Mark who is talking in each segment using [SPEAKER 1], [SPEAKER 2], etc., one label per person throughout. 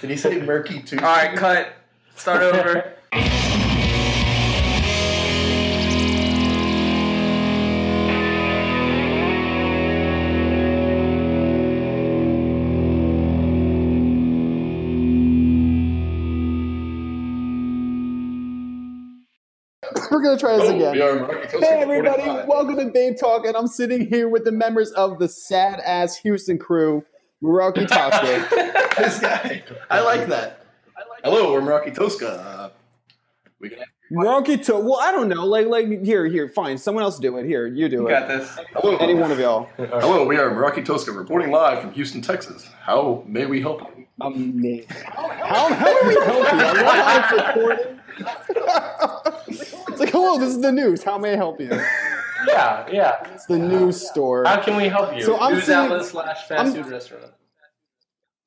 [SPEAKER 1] Did he say murky too?
[SPEAKER 2] All right, cut. Start over.
[SPEAKER 3] We're gonna try this again.
[SPEAKER 1] we are murky. Coast
[SPEAKER 3] Hey
[SPEAKER 1] Guard
[SPEAKER 3] everybody,
[SPEAKER 1] 45.
[SPEAKER 3] welcome to Babe Talk, and I'm sitting here with the members of the sad ass Houston crew, Meraki Tosca.
[SPEAKER 1] This guy. I like that. Hello, we're Meraki Tosca. Uh, we can.
[SPEAKER 3] Meraki to well, I don't know, like like here, here, fine. Someone else do it. Here, you do
[SPEAKER 2] You
[SPEAKER 3] it.
[SPEAKER 2] got this.
[SPEAKER 1] Hello,
[SPEAKER 3] Any one of y'all.
[SPEAKER 1] Hello, we are Meraki Tosca, reporting live from Houston, Texas. How may we help you?
[SPEAKER 3] Amazing. How how do we help you? Are you live recording? it's like, hello, this is the news. How may I help you?
[SPEAKER 4] Yeah, yeah.
[SPEAKER 3] It's the news store.
[SPEAKER 4] How can we help you?
[SPEAKER 3] So I'm
[SPEAKER 2] News
[SPEAKER 3] sitting,
[SPEAKER 2] outlet slash fast
[SPEAKER 3] I'm-
[SPEAKER 2] food restaurant.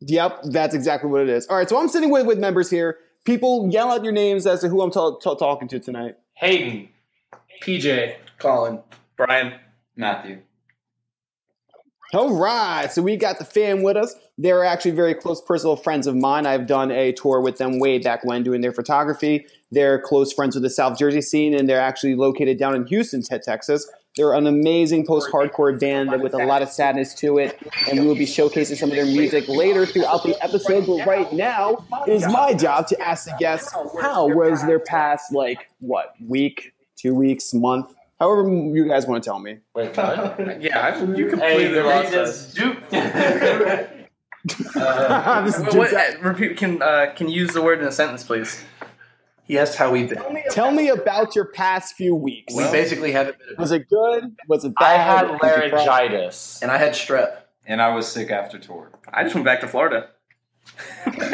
[SPEAKER 3] Yep, that's exactly what it is. All right, so I'm sitting with with members here. People yell out your names as to who I'm ta- ta- talking to tonight.
[SPEAKER 4] Hayden.
[SPEAKER 2] PJ,
[SPEAKER 1] Colin.
[SPEAKER 2] Brian,
[SPEAKER 5] Matthew.
[SPEAKER 3] All right, so we got the fam with us. They're actually very close personal friends of mine. I've done a tour with them way back when doing their photography. They're close friends with the South Jersey scene, and they're actually located down in Houston, Te- Texas. They're an amazing post hardcore band with a lot of sadness to it, and we will be showcasing some of their music later throughout the episode. But right now, it is my job to ask the guests how was their past, like, what, week, two weeks, month, however you guys want to tell me.
[SPEAKER 4] Wait, what?
[SPEAKER 2] Yeah, I, you completely
[SPEAKER 4] hey,
[SPEAKER 2] lost us.
[SPEAKER 4] this dude.
[SPEAKER 3] This is
[SPEAKER 2] What,
[SPEAKER 3] Jim Jack-
[SPEAKER 2] what- repeat, can uh, can you use the word in a sentence, please?
[SPEAKER 5] Yes, how we been.
[SPEAKER 3] Tell me about your past few weeks.
[SPEAKER 5] We basically haven't been,
[SPEAKER 3] Was it good? Was it
[SPEAKER 4] I
[SPEAKER 3] bad?
[SPEAKER 4] had
[SPEAKER 3] Did you cry?
[SPEAKER 4] laryngitis.
[SPEAKER 5] and I had strep, and I was sick after tour.
[SPEAKER 2] I just went back to Florida.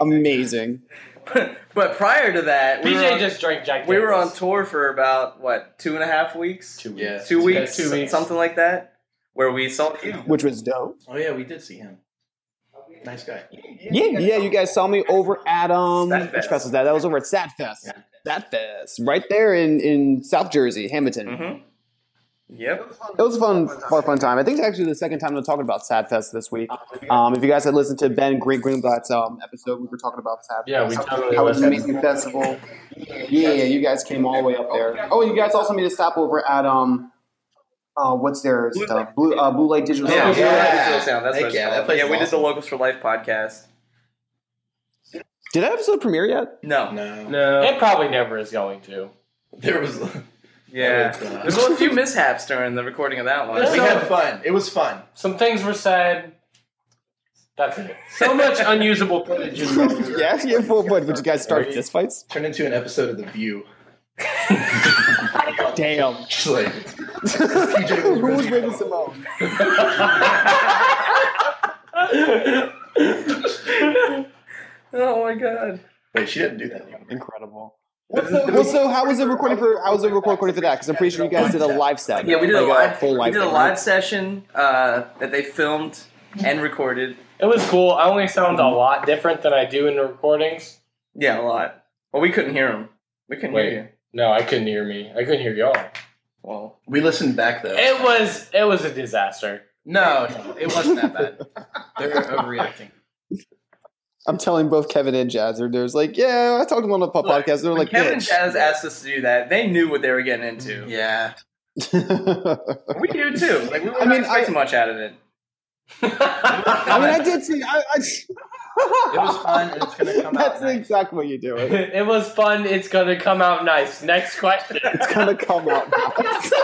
[SPEAKER 3] Amazing.
[SPEAKER 2] but prior to that, we were
[SPEAKER 4] BJ
[SPEAKER 2] on,
[SPEAKER 4] just drank Jack.
[SPEAKER 2] we were on
[SPEAKER 4] Daniels.
[SPEAKER 2] tour for about what two and a half weeks, two,
[SPEAKER 4] Two
[SPEAKER 5] Yeah.
[SPEAKER 4] weeks.
[SPEAKER 2] weeks,
[SPEAKER 4] Yeah, two weeks.
[SPEAKER 2] something like that, where we saw you.
[SPEAKER 3] Which was dope.
[SPEAKER 5] Oh yeah, we did see him. Nice guy.
[SPEAKER 3] Yeah, yeah, you guys saw me over at um
[SPEAKER 2] Sad
[SPEAKER 3] which
[SPEAKER 2] Fest.
[SPEAKER 3] fest was that? That was over at Sad Fest. Sad Fest. Right there in, in South Jersey, Hamilton.
[SPEAKER 2] hmm Yep.
[SPEAKER 3] It was a fun far fun time. I think it's actually the second time I'm talking about Sad Fest this week. Um, if you guys had listened to Ben Green Greenblatt's um, episode, we were talking about Sad
[SPEAKER 4] Yeah, we
[SPEAKER 3] Fest.
[SPEAKER 4] totally
[SPEAKER 3] How it was an
[SPEAKER 4] listened.
[SPEAKER 3] amazing festival. Yeah, yeah, you guys came all the way up there. Oh, you guys also made a stop over at um, uh, what's their
[SPEAKER 2] Blue
[SPEAKER 3] stuff? Blue uh, Blue Light Digital.
[SPEAKER 2] Yeah,
[SPEAKER 3] Sound.
[SPEAKER 2] yeah.
[SPEAKER 5] Yeah.
[SPEAKER 2] Digital Sound, that's
[SPEAKER 5] Heck
[SPEAKER 2] what it's
[SPEAKER 5] yeah, that
[SPEAKER 2] called.
[SPEAKER 5] place
[SPEAKER 2] yeah,
[SPEAKER 5] is
[SPEAKER 2] we did the
[SPEAKER 5] awesome.
[SPEAKER 2] Locals for Life podcast.
[SPEAKER 3] Did that episode premiere yet?
[SPEAKER 2] No.
[SPEAKER 5] No,
[SPEAKER 4] It
[SPEAKER 2] No.
[SPEAKER 4] probably never is going to.
[SPEAKER 5] there was.
[SPEAKER 2] Yeah.
[SPEAKER 5] That
[SPEAKER 2] There's
[SPEAKER 5] was, uh,
[SPEAKER 2] a few mishaps during the recording of that one.
[SPEAKER 4] There's
[SPEAKER 5] we
[SPEAKER 4] so-
[SPEAKER 5] had fun. It was fun.
[SPEAKER 4] Some things were said. That's it. So much unusable footage. In there.
[SPEAKER 3] yeah, yeah, full blood. Would you guys start
[SPEAKER 5] Right.
[SPEAKER 3] fist fights?
[SPEAKER 5] Turned into an episode of The View.
[SPEAKER 3] Damn.
[SPEAKER 5] Just like
[SPEAKER 3] Who was Raven Simone?
[SPEAKER 2] oh my god.
[SPEAKER 5] wait, she didn't do that. Anymore.
[SPEAKER 3] Incredible. Well, so how was it recording for? How was it recording for that? Because I'm pretty sure you guys did a live set.
[SPEAKER 2] Yeah, we did
[SPEAKER 3] Like
[SPEAKER 2] a live.
[SPEAKER 3] full
[SPEAKER 2] we
[SPEAKER 3] live.
[SPEAKER 2] did a
[SPEAKER 3] thing,
[SPEAKER 2] live
[SPEAKER 3] right?
[SPEAKER 2] session uh, that they filmed and recorded.
[SPEAKER 4] it was cool. I only sound a lot different than I do in the recordings.
[SPEAKER 2] Yeah, a lot. Well, we couldn't hear them. We couldn't
[SPEAKER 4] Wait.
[SPEAKER 2] hear you.
[SPEAKER 4] No, I couldn't hear me. I couldn't hear y'all.
[SPEAKER 2] Well,
[SPEAKER 5] We listened back though.
[SPEAKER 4] It was it was a disaster.
[SPEAKER 5] no, no, it wasn't that bad. They're overreacting.
[SPEAKER 3] I'm telling both Kevin and Jazz. They're, they're like, yeah, I talked to them on the pop
[SPEAKER 2] Look,
[SPEAKER 3] podcast. They're
[SPEAKER 2] when
[SPEAKER 3] like,
[SPEAKER 2] Kevin and
[SPEAKER 3] bitch.
[SPEAKER 2] Jazz asked us to do that. They knew what they were getting into.
[SPEAKER 5] Yeah.
[SPEAKER 2] We do too. Like we were
[SPEAKER 3] I
[SPEAKER 2] not
[SPEAKER 3] mean,
[SPEAKER 2] expecting much out of it.
[SPEAKER 3] I mean, I did see. I, I,
[SPEAKER 5] It was fun, and it's gonna come
[SPEAKER 3] That's
[SPEAKER 5] out. Nice.
[SPEAKER 3] exactly what you do. It's
[SPEAKER 4] it was fun. It's gonna come out nice. Next question.
[SPEAKER 3] gonna come out. nice.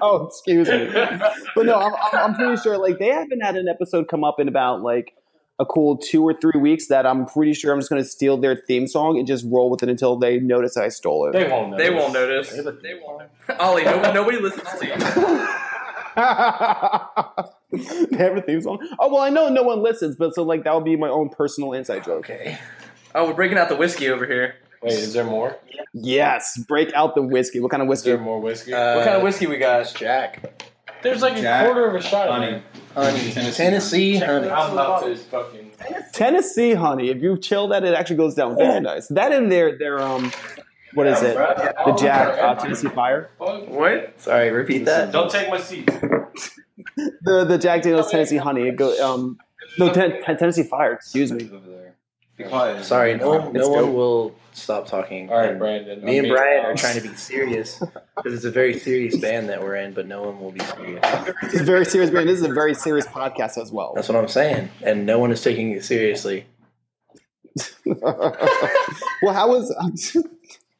[SPEAKER 3] oh, excuse me. But no, I'm, I'm- I'm pretty sure. Like they haven't had an episode come up in about like a cool two or three weeks. That I'm pretty sure I'm just gonna steal their theme song and just roll with it until they notice I stole it.
[SPEAKER 4] they won't. Notice.
[SPEAKER 2] They won't notice. They won't. Ollie, no, nobody listens to you.
[SPEAKER 3] they have a theme song. Oh well, I know no one listens, but so like that would be my own personal inside joke.
[SPEAKER 5] Okay.
[SPEAKER 2] Oh, we're breaking out the whiskey over here.
[SPEAKER 4] Wait, is there more?
[SPEAKER 3] Yes, break out the whiskey. What kind of
[SPEAKER 4] Is
[SPEAKER 3] whiskey?
[SPEAKER 4] there more whiskey?
[SPEAKER 2] What kind of whiskey we got?
[SPEAKER 5] Jack?
[SPEAKER 4] There's like a
[SPEAKER 5] Jack,
[SPEAKER 4] quarter of a shot.
[SPEAKER 5] Honey.
[SPEAKER 4] Honey.
[SPEAKER 5] Tennessee honey.
[SPEAKER 4] I'm about to fucking.
[SPEAKER 3] Tennessee honey. If you chill that, it actually goes down very nice. That in their their um, what is it? The Jack uh, Tennessee Fire.
[SPEAKER 2] What?
[SPEAKER 5] Sorry, repeat that.
[SPEAKER 4] Don't take my seat.
[SPEAKER 3] The the Jack Daniel's Tennessee honey. It go um. No, ten, ten, Tennessee Fire. Excuse me.
[SPEAKER 5] Over there. Be quiet.
[SPEAKER 1] Sorry, no, one-
[SPEAKER 3] Let's
[SPEAKER 1] no one
[SPEAKER 3] go.
[SPEAKER 1] will stop talking.
[SPEAKER 6] All right,
[SPEAKER 1] And
[SPEAKER 6] Brandon.
[SPEAKER 1] Me and
[SPEAKER 6] I'm
[SPEAKER 1] Brian
[SPEAKER 6] being-
[SPEAKER 1] are trying to be serious because it's a very serious band that we're in, but no one will be serious.
[SPEAKER 3] This is very serious, man. This is a very serious podcast as well.
[SPEAKER 1] That's what I'm saying, and no one is taking it seriously.
[SPEAKER 3] well, how was?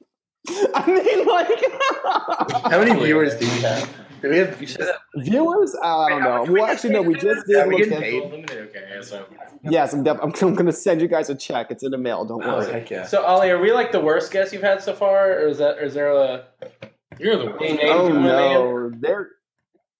[SPEAKER 3] I mean, like
[SPEAKER 1] How many viewers do we have? Do we have?
[SPEAKER 3] viewers. Uh, I don't know. Well, actually, no. We just did.
[SPEAKER 1] Yeah, we
[SPEAKER 3] look
[SPEAKER 1] getting
[SPEAKER 3] at-
[SPEAKER 1] paid.
[SPEAKER 6] Okay, so.
[SPEAKER 3] Yes, I'm, def- I'm, I'm going to send you guys a check. It's in the mail. Don't
[SPEAKER 1] Oh,
[SPEAKER 3] worry.
[SPEAKER 1] heck yeah!
[SPEAKER 6] so Ollie, are we like the worst guest you've had so far, or is that or is there a
[SPEAKER 5] You're the
[SPEAKER 6] a name
[SPEAKER 3] Oh
[SPEAKER 6] you wanna name?
[SPEAKER 3] no, there,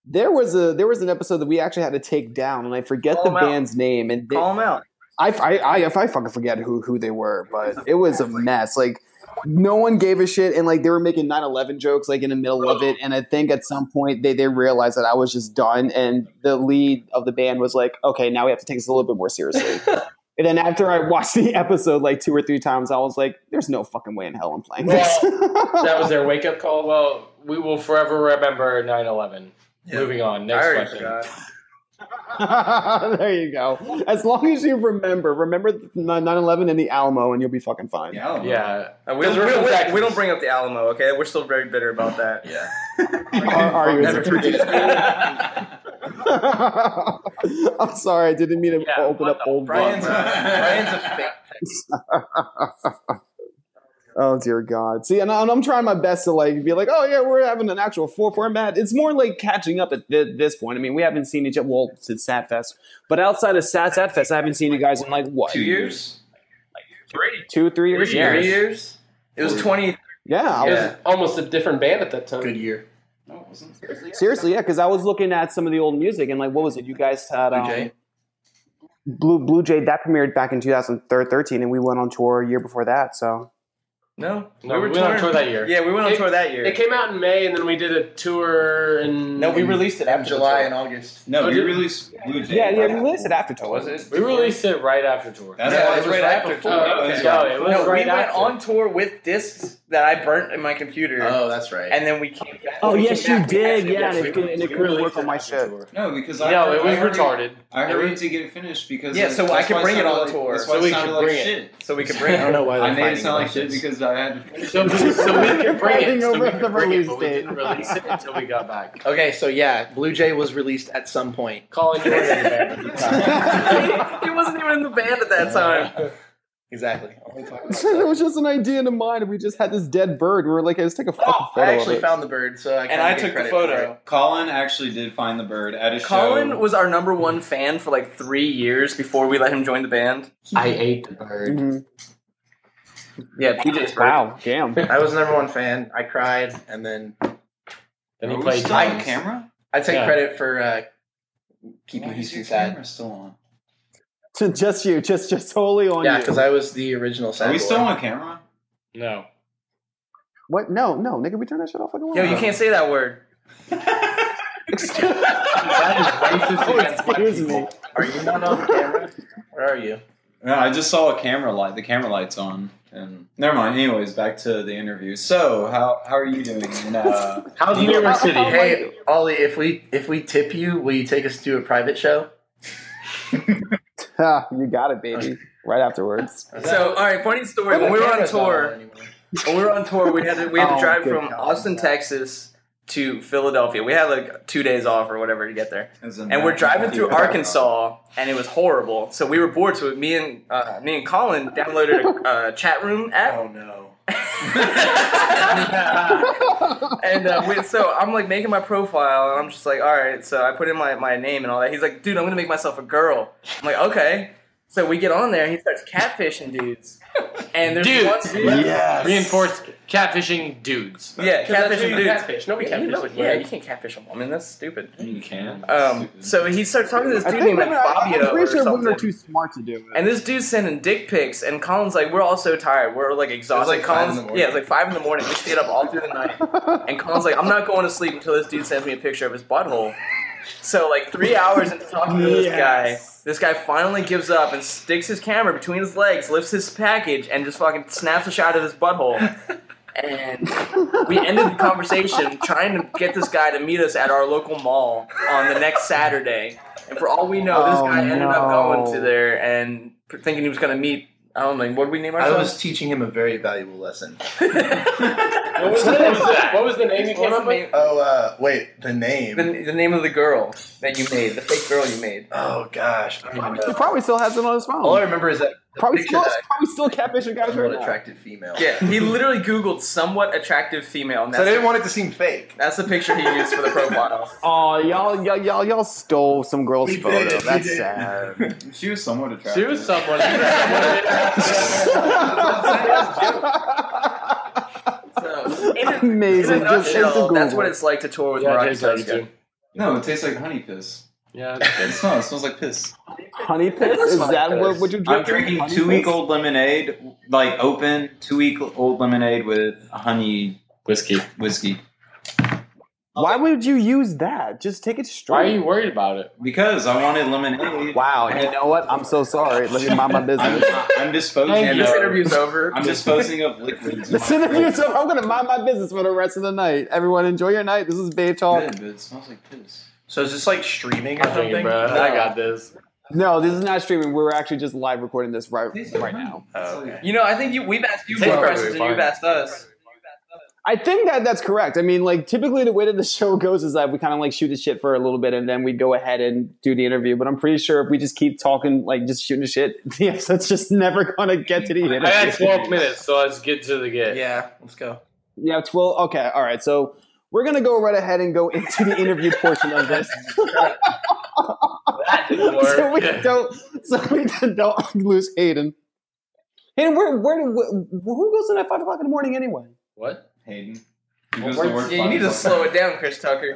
[SPEAKER 3] there was a there was an episode that we actually had to take down, and I forget
[SPEAKER 2] Call
[SPEAKER 3] the
[SPEAKER 2] 'em out.
[SPEAKER 3] band's name. And they,
[SPEAKER 2] Call him out.
[SPEAKER 3] I, I, I, if I fucking forget who who they were, but it was a mess. Like no one gave a shit, and like they were making 9-11 jokes like in the middle of it. And I think at some point they they realized that I was just done, and the lead of the band was like, "Okay, now we have to take this a little bit more seriously." And then after I watched the episode like two or three times, I was like, "There's no fucking way in hell I'm playing this."
[SPEAKER 6] that was their wake up call. Well, we will forever remember 9-11. Moving on.
[SPEAKER 2] I
[SPEAKER 6] Next
[SPEAKER 2] already
[SPEAKER 6] question.
[SPEAKER 2] forgot.
[SPEAKER 3] there you go. As long as you remember, remember 9/11 and the Alamo, and you'll be fucking fine.
[SPEAKER 5] Yeah.
[SPEAKER 6] Oh, Yeah.
[SPEAKER 2] Uh, we, don't,
[SPEAKER 6] Those
[SPEAKER 2] we,
[SPEAKER 6] were
[SPEAKER 2] don't-
[SPEAKER 6] protected.
[SPEAKER 2] we don't bring up the Alamo, okay? We're still very bitter about that.
[SPEAKER 5] Yeah.
[SPEAKER 3] Are- are you-
[SPEAKER 2] Never forget.
[SPEAKER 3] I'm sorry, I didn't mean to
[SPEAKER 6] Yeah,
[SPEAKER 3] open up
[SPEAKER 6] what
[SPEAKER 3] old
[SPEAKER 2] Brian's,
[SPEAKER 3] wounds.
[SPEAKER 2] Brian's a fake.
[SPEAKER 3] Oh dear God! See, and, I, and I'm trying my best to like be like, oh yeah, we're having an actual full format. It's more like catching up at thi- this point. I mean, we haven't seen each other well since Sat Fest, but outside of Sat Sat Fest, I haven't seen you guys in like what
[SPEAKER 5] Two years?
[SPEAKER 6] Three.
[SPEAKER 3] two, three years.
[SPEAKER 6] Three
[SPEAKER 2] Three
[SPEAKER 3] Yeah,
[SPEAKER 2] years? It was 20.
[SPEAKER 3] yeah. I was-
[SPEAKER 6] It was almost a different band at that time.
[SPEAKER 1] Good year.
[SPEAKER 5] No, it wasn't.
[SPEAKER 3] seriously, yeah, because I was looking at some of the old music and like, what was it? You guys had
[SPEAKER 1] Blue
[SPEAKER 3] um,
[SPEAKER 1] Jay?
[SPEAKER 3] Blue Blue Jay that premiered back in 2013, and we went on tour a year before that. So
[SPEAKER 2] No.
[SPEAKER 6] No, we went on
[SPEAKER 2] touring-
[SPEAKER 6] tour that year.
[SPEAKER 2] Yeah, we went on
[SPEAKER 6] It-
[SPEAKER 2] tour that year.
[SPEAKER 6] It came out in May, and then we did a tour in.
[SPEAKER 2] no, we released it
[SPEAKER 5] In
[SPEAKER 2] after
[SPEAKER 5] July
[SPEAKER 2] The
[SPEAKER 5] and August. No,
[SPEAKER 6] Oh,
[SPEAKER 5] we
[SPEAKER 6] did-
[SPEAKER 5] released Blue Jay.
[SPEAKER 3] yeah, yeah,
[SPEAKER 5] right
[SPEAKER 3] we released it after tour.
[SPEAKER 5] Was it?
[SPEAKER 6] We released it right after tour.
[SPEAKER 5] That's
[SPEAKER 2] Yeah,
[SPEAKER 5] why
[SPEAKER 2] it
[SPEAKER 5] it's
[SPEAKER 2] was
[SPEAKER 5] right
[SPEAKER 2] right
[SPEAKER 5] after.
[SPEAKER 2] before.
[SPEAKER 6] Oh,
[SPEAKER 5] okay.
[SPEAKER 6] okay. No, it
[SPEAKER 2] tour.
[SPEAKER 6] was
[SPEAKER 2] no, we
[SPEAKER 6] right
[SPEAKER 2] went
[SPEAKER 6] after.
[SPEAKER 2] on tour with discs that I burnt in my computer.
[SPEAKER 1] Oh, that's right.
[SPEAKER 2] and then we came back.
[SPEAKER 3] Oh
[SPEAKER 2] we
[SPEAKER 3] yes,
[SPEAKER 2] came
[SPEAKER 3] you
[SPEAKER 2] back, we
[SPEAKER 3] did.
[SPEAKER 2] actually
[SPEAKER 3] Yeah,
[SPEAKER 2] did
[SPEAKER 3] and it
[SPEAKER 2] tour.
[SPEAKER 3] couldn't, and it
[SPEAKER 6] We
[SPEAKER 3] couldn't
[SPEAKER 6] released
[SPEAKER 3] work on my
[SPEAKER 6] after
[SPEAKER 3] shit.
[SPEAKER 6] tour.
[SPEAKER 5] No, because I
[SPEAKER 6] No,
[SPEAKER 5] heard-
[SPEAKER 6] it was
[SPEAKER 5] I heard
[SPEAKER 6] retarded.
[SPEAKER 5] I
[SPEAKER 2] It
[SPEAKER 5] heard
[SPEAKER 2] was-
[SPEAKER 5] it to get it finished because
[SPEAKER 2] Yeah,
[SPEAKER 5] it-
[SPEAKER 2] so I
[SPEAKER 5] that's
[SPEAKER 2] could
[SPEAKER 5] why
[SPEAKER 2] bring it
[SPEAKER 5] sounded
[SPEAKER 2] on
[SPEAKER 5] like-
[SPEAKER 2] tour.
[SPEAKER 5] That's why
[SPEAKER 6] So
[SPEAKER 5] it
[SPEAKER 6] we
[SPEAKER 5] sounded
[SPEAKER 6] could
[SPEAKER 5] like
[SPEAKER 6] bring it.
[SPEAKER 5] shit.
[SPEAKER 2] So we could
[SPEAKER 1] I
[SPEAKER 2] bring it.
[SPEAKER 1] don't know why they're
[SPEAKER 5] I made it
[SPEAKER 1] fighting
[SPEAKER 5] sound like
[SPEAKER 1] about
[SPEAKER 5] shit
[SPEAKER 1] this.
[SPEAKER 5] because I had to finish.
[SPEAKER 6] So, we- so we could bring it.
[SPEAKER 3] Fighting
[SPEAKER 6] So we
[SPEAKER 3] over
[SPEAKER 6] could
[SPEAKER 3] the
[SPEAKER 6] bring it,
[SPEAKER 3] release
[SPEAKER 6] but we
[SPEAKER 3] date.
[SPEAKER 6] didn't release it until we got back.
[SPEAKER 1] Okay, so yeah, Blue Jay was released at some point.
[SPEAKER 6] Colin, you were in the band at the time.
[SPEAKER 2] he wasn't even in the band at that time.
[SPEAKER 1] Exactly.
[SPEAKER 3] it was just an idea in the mind. and We just had this dead bird. We were like, let's take a fucking
[SPEAKER 1] I
[SPEAKER 3] photo of
[SPEAKER 1] actually
[SPEAKER 3] it.
[SPEAKER 1] found the bird, so I
[SPEAKER 2] And
[SPEAKER 1] kinda
[SPEAKER 2] I
[SPEAKER 1] get
[SPEAKER 2] took the
[SPEAKER 1] credit for it.
[SPEAKER 2] photo.
[SPEAKER 5] Colin actually did find the bird at a show.
[SPEAKER 2] Colin was our number one fan for like three years before we let him join the band.
[SPEAKER 6] I ate the bird.
[SPEAKER 3] Mhm.
[SPEAKER 2] Yeah, PJ's bird.
[SPEAKER 3] Wow, damn.
[SPEAKER 1] I was the number one fan. I cried, and then
[SPEAKER 6] Then he
[SPEAKER 5] Are we
[SPEAKER 6] played
[SPEAKER 5] still on
[SPEAKER 1] drums.
[SPEAKER 5] camera?
[SPEAKER 1] I take
[SPEAKER 6] Yeah.
[SPEAKER 1] credit for uh,
[SPEAKER 5] Why
[SPEAKER 1] keeping
[SPEAKER 5] is your
[SPEAKER 1] Houston sad.
[SPEAKER 5] camera still on?
[SPEAKER 3] To just you, just just totally on
[SPEAKER 1] Yeah,
[SPEAKER 3] Oh, you.
[SPEAKER 1] because I was the original sad.
[SPEAKER 5] Are we
[SPEAKER 1] boy.
[SPEAKER 5] still on camera?
[SPEAKER 6] No.
[SPEAKER 3] what? No, no, nigga, we turn that shit off. Like,
[SPEAKER 2] Yo, you can't say that word.
[SPEAKER 3] Excuse me.
[SPEAKER 1] Oh, Are you not on camera? Where are you?
[SPEAKER 5] No, I just saw a camera light. The camera light's on. And never mind. Anyways, back to the interview. So, how how are you doing? in, uh,
[SPEAKER 6] How's New York City?
[SPEAKER 1] Hey, Ollie, if we if we tip you, will you take us to a private show?
[SPEAKER 3] Ah, you got it, baby. Right afterwards.
[SPEAKER 2] So, all right, funny story. When we were on tour, when we were on tour, we had to we had
[SPEAKER 3] Oh,
[SPEAKER 2] to drive
[SPEAKER 3] good
[SPEAKER 2] from
[SPEAKER 3] God.
[SPEAKER 2] Austin, Texas to Philadelphia. We had like two days off or whatever to get there.
[SPEAKER 5] as
[SPEAKER 2] and we're
[SPEAKER 5] American
[SPEAKER 2] driving through
[SPEAKER 5] people.
[SPEAKER 2] Arkansas, and it was horrible. So we were bored. So me and uh, me and Colin downloaded a uh, chat room app,
[SPEAKER 1] Oh no!
[SPEAKER 3] Oh.
[SPEAKER 2] and uh, we, so I'm like making my profile, and I'm just like, all right. So I put in my, my name and all that. He's like, dude, I'm gonna make myself a girl. I'm like, okay. So we get on there, and he starts catfishing dudes, and there's
[SPEAKER 6] Dude.
[SPEAKER 2] one dude-
[SPEAKER 3] yes.
[SPEAKER 6] Reinforced catfishing dudes.
[SPEAKER 2] yeah,
[SPEAKER 6] Catfish
[SPEAKER 2] catfishing dudes.
[SPEAKER 6] Catfish. Nobody
[SPEAKER 2] Yeah, you, know-
[SPEAKER 6] catfishes.
[SPEAKER 2] yeah, you can't catfish a woman. That's stupid.
[SPEAKER 5] You can.
[SPEAKER 2] Um,
[SPEAKER 5] Stupid.
[SPEAKER 2] so he starts talking to this
[SPEAKER 3] I
[SPEAKER 2] dude
[SPEAKER 3] think
[SPEAKER 2] named like
[SPEAKER 3] women are,
[SPEAKER 2] Fabio
[SPEAKER 3] I'm
[SPEAKER 2] or
[SPEAKER 3] pretty sure
[SPEAKER 2] something.
[SPEAKER 3] women are too smart to do it.
[SPEAKER 2] And this dude's sending dick pics, and Colin's like, "We're all so tired. We're like exhausted."
[SPEAKER 1] like five in
[SPEAKER 2] Colin's,
[SPEAKER 1] the morning.
[SPEAKER 2] yeah, it's like five in the morning. We stayed up all through the night, and Colin's like, "I'm not going to sleep until this dude sends me a picture of his butthole." So like three hours into talking to this
[SPEAKER 3] Yes.
[SPEAKER 2] guy, this guy finally gives up and sticks his camera between his legs, lifts his package, and just fucking snaps a shot of his butthole. And we ended the conversation trying to get this guy to meet us at our local mall on the next Saturday. And for all we know, this
[SPEAKER 3] Oh,
[SPEAKER 2] guy ended up
[SPEAKER 3] no.
[SPEAKER 2] going to there and thinking he was going to meet. I don't know. What did we name
[SPEAKER 1] I
[SPEAKER 2] ourselves?
[SPEAKER 1] was teaching him a very valuable lesson.
[SPEAKER 4] What was, the, what was that? What was the name you came up with?
[SPEAKER 1] Oh, uh, wait, the name.
[SPEAKER 2] the, the name of the girl that you made, the fake girl you made.
[SPEAKER 1] oh gosh, I don't even
[SPEAKER 3] He
[SPEAKER 1] know.
[SPEAKER 3] probably still has it on his phone.
[SPEAKER 1] All I remember is that the
[SPEAKER 3] probably
[SPEAKER 1] picture
[SPEAKER 3] still,
[SPEAKER 1] that
[SPEAKER 3] probably still catfishing
[SPEAKER 1] I
[SPEAKER 3] guys
[SPEAKER 1] somewhat
[SPEAKER 3] right now.
[SPEAKER 1] attractive female.
[SPEAKER 2] Yeah, he literally Googled somewhat attractive female. And
[SPEAKER 1] So I
[SPEAKER 2] that's,
[SPEAKER 1] didn't want it to seem fake.
[SPEAKER 2] that's the picture he used for the profile.
[SPEAKER 3] Oh, y'all, y'all, y'all, y'all stole some girl's
[SPEAKER 1] We did,
[SPEAKER 3] photo.
[SPEAKER 1] we
[SPEAKER 3] That's
[SPEAKER 1] did.
[SPEAKER 3] sad.
[SPEAKER 5] She was somewhat
[SPEAKER 4] She
[SPEAKER 5] attractive.
[SPEAKER 4] was someone.
[SPEAKER 2] So, in a- in a
[SPEAKER 3] Amazing. Just
[SPEAKER 2] nutshell,
[SPEAKER 3] into
[SPEAKER 2] that's what
[SPEAKER 3] Google.
[SPEAKER 2] it's like to tour with
[SPEAKER 4] Yeah,
[SPEAKER 2] Mariah
[SPEAKER 4] it tastes like
[SPEAKER 2] Toska.
[SPEAKER 5] No, it tastes like honey piss.
[SPEAKER 4] Yeah.
[SPEAKER 5] It smells. It smells like piss.
[SPEAKER 3] honey piss. Is
[SPEAKER 2] Honey
[SPEAKER 3] that
[SPEAKER 2] piss.
[SPEAKER 3] what, what you're drinking?
[SPEAKER 5] I'm drinking
[SPEAKER 3] Honey
[SPEAKER 5] two
[SPEAKER 3] piss?
[SPEAKER 5] week old lemonade, like open two week old lemonade with honey
[SPEAKER 7] Whiskey.
[SPEAKER 5] whiskey.
[SPEAKER 3] Why would you use that? Just take
[SPEAKER 4] Why
[SPEAKER 3] it
[SPEAKER 4] are
[SPEAKER 3] straight.
[SPEAKER 4] you worried about it?
[SPEAKER 5] Because I wanted lemonade.
[SPEAKER 3] Wow. You know what? I'm so sorry. Let me mind my
[SPEAKER 5] I'm,
[SPEAKER 3] business.
[SPEAKER 5] I'm disposing.
[SPEAKER 4] Thank you.
[SPEAKER 2] This
[SPEAKER 5] Of,
[SPEAKER 2] interview's over.
[SPEAKER 5] I'm disposing of liquids.
[SPEAKER 3] This interview, so I'm going to mind my business for the rest of the night. Everyone, enjoy your night. This is Babe Talk.
[SPEAKER 5] Good, but it smells like piss.
[SPEAKER 1] So is this like streaming or
[SPEAKER 4] I'm
[SPEAKER 1] something? Uh,
[SPEAKER 4] thinking, bro. I got this.
[SPEAKER 3] No, this is not streaming. We're actually just live recording this right right now.
[SPEAKER 1] Oh, okay.
[SPEAKER 2] You know, I think you, we've asked you
[SPEAKER 4] Tastes
[SPEAKER 2] more
[SPEAKER 4] probably
[SPEAKER 2] questions than
[SPEAKER 4] fine.
[SPEAKER 2] you've asked us.
[SPEAKER 3] I think that that's correct. I mean, like typically the way that the show goes is that we kind of like shoot the shit for a little bit and then we go ahead and do the interview. But I'm pretty sure if we just keep talking, like just shooting the shit, the episode's just never gonna get to the
[SPEAKER 4] I
[SPEAKER 3] interview.
[SPEAKER 4] got 12 minutes, so let's get to the get.
[SPEAKER 1] Yeah, let's go.
[SPEAKER 3] Yeah, twelve. Okay, all right. So we're gonna go right ahead and go into the interview portion of this,
[SPEAKER 4] That didn't work.
[SPEAKER 3] so we don't, so we don't lose Aiden. Aiden, where, where, do who goes to that five o'clock in the morning anyway?
[SPEAKER 4] What?
[SPEAKER 5] Hayden.
[SPEAKER 2] Yeah, you need to slow it down, Chris Tucker.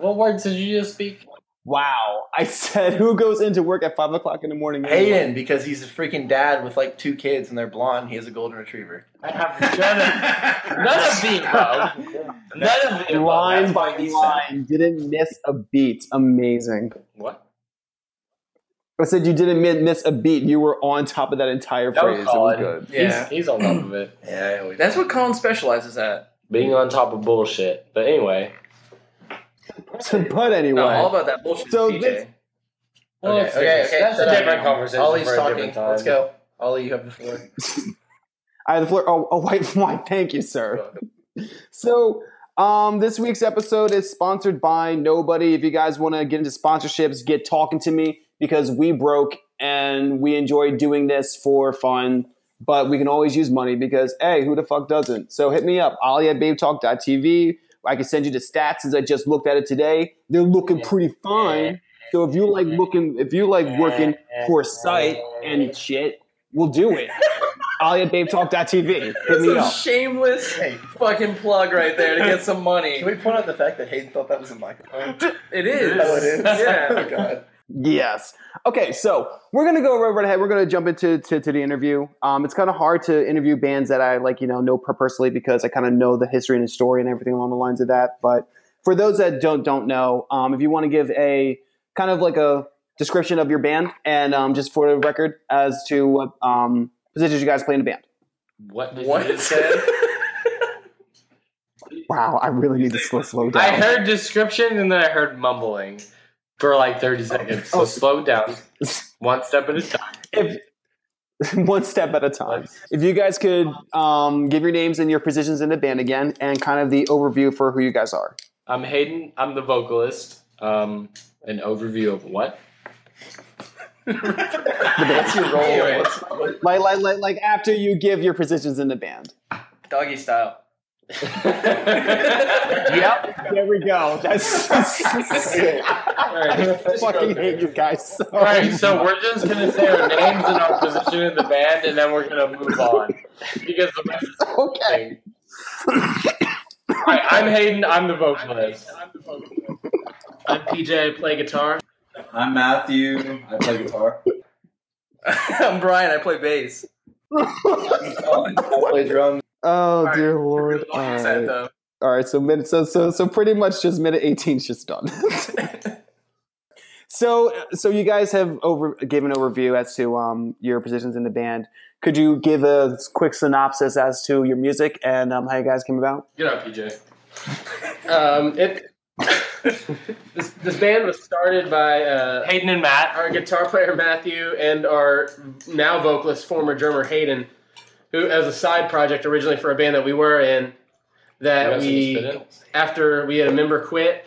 [SPEAKER 4] What words did you just speak?
[SPEAKER 3] Wow, I said who goes into work at five o'clock in the morning? anyway?
[SPEAKER 8] Hayden, because he's a freaking dad with like two kids and they're blonde. He has a golden retriever.
[SPEAKER 4] I have none of, none of the above. None of the above.
[SPEAKER 3] line by line, didn't miss a beat. Amazing.
[SPEAKER 4] What?
[SPEAKER 3] I said you didn't mi- miss a beat. You were on top of that entire
[SPEAKER 4] That was
[SPEAKER 3] phrase. It was
[SPEAKER 4] Colin.
[SPEAKER 3] good.
[SPEAKER 2] Yeah.
[SPEAKER 4] He's, he's on top of it.
[SPEAKER 1] Yeah, I always
[SPEAKER 2] That's what Colin specializes at.
[SPEAKER 4] Being on top of bullshit. But anyway.
[SPEAKER 3] So, but anyway,
[SPEAKER 2] No, all about that bullshit.
[SPEAKER 3] So
[SPEAKER 2] TJ.
[SPEAKER 3] this-
[SPEAKER 4] Well,
[SPEAKER 8] okay,
[SPEAKER 4] it's
[SPEAKER 8] okay,
[SPEAKER 4] different.
[SPEAKER 8] okay.
[SPEAKER 4] That's
[SPEAKER 8] shut
[SPEAKER 4] a
[SPEAKER 8] up.
[SPEAKER 4] different conversation.
[SPEAKER 8] Ollie's
[SPEAKER 4] for a
[SPEAKER 8] talking.
[SPEAKER 4] different time.
[SPEAKER 8] Let's go. Ollie, you have the floor.
[SPEAKER 3] I had the floor. Oh, a white wine. Thank you, sir. So. Um, this week's episode is sponsored by Nobody. If you guys want to get into sponsorships, get talking to me because we broke and we enjoy doing this for fun, but we can always use money because, hey, who the fuck doesn't? So hit me up, ollie at babetalk.tv. I can send you the stats since I just looked at it today. They're looking pretty fine. So if you like looking, if you like working for sight and shit, we'll do it. Ollie at babetalk.tv. Hit
[SPEAKER 2] That's
[SPEAKER 3] me
[SPEAKER 2] a
[SPEAKER 3] up.
[SPEAKER 2] shameless
[SPEAKER 1] Hey.
[SPEAKER 2] fucking plug right there to get some money.
[SPEAKER 1] Can we point out the fact that Hayden thought that was a microphone?
[SPEAKER 2] It is.
[SPEAKER 1] Oh, it is.
[SPEAKER 2] Yeah.
[SPEAKER 1] Oh, God.
[SPEAKER 3] Yes. Okay, so we're gonna go right, right ahead. We're gonna jump into to, to the interview. Um, it's kind of hard to interview bands that I like, you know, know per- personally because I kind of know the history and the story and everything along the lines of that. But for those that don't don't know, um, if you want to give a kind of like a description of your band and um, just for the record as to what um, positions you guys play in the band.
[SPEAKER 4] What did
[SPEAKER 2] What?
[SPEAKER 4] you say?
[SPEAKER 3] Wow, I really need to slow, slow down.
[SPEAKER 4] I heard description and then I heard mumbling for like 30 seconds. So slow down. One step at a time.
[SPEAKER 3] if one step at a time. If you guys could um, give your names and your positions in the band again, and kind of the overview for who you guys are.
[SPEAKER 4] I'm Hayden. I'm the vocalist. Um, an overview of what?
[SPEAKER 1] What's your role?
[SPEAKER 2] Anyway.
[SPEAKER 1] What's, what,
[SPEAKER 3] Like, like, like, like after you give your positions in the band.
[SPEAKER 2] Doggy style.
[SPEAKER 3] Yep. There we go. That's.
[SPEAKER 4] All right.
[SPEAKER 3] I fucking hate you guys. So.
[SPEAKER 4] All right, so we're just gonna say our names and our position in the band, and then we're gonna move on because the rest is thing.
[SPEAKER 3] Okay.
[SPEAKER 4] All right, I'm Hayden. I'm the vocalist. I'm PJ. I play guitar.
[SPEAKER 5] I'm Matthew. I play guitar.
[SPEAKER 2] I'm Brian. I play bass.
[SPEAKER 8] I play drums.
[SPEAKER 3] Oh
[SPEAKER 2] right.
[SPEAKER 3] dear lord.
[SPEAKER 2] Like
[SPEAKER 3] All
[SPEAKER 2] I
[SPEAKER 3] right.
[SPEAKER 2] said, though.
[SPEAKER 3] All right, so minute, so so so pretty much just minute eighteen is just done. so so you guys have over gave an overview as to um, your positions in the band. Could you give a quick synopsis as to your music and um, how you guys came about?
[SPEAKER 4] Get out, PJ. Um, it
[SPEAKER 6] This, this band was started by uh,
[SPEAKER 4] Hayden and Matt.
[SPEAKER 6] our guitar player Matthew and our now vocalist, former drummer Hayden, who, as a side project originally for a band that we were in, that we, after we had a member quit,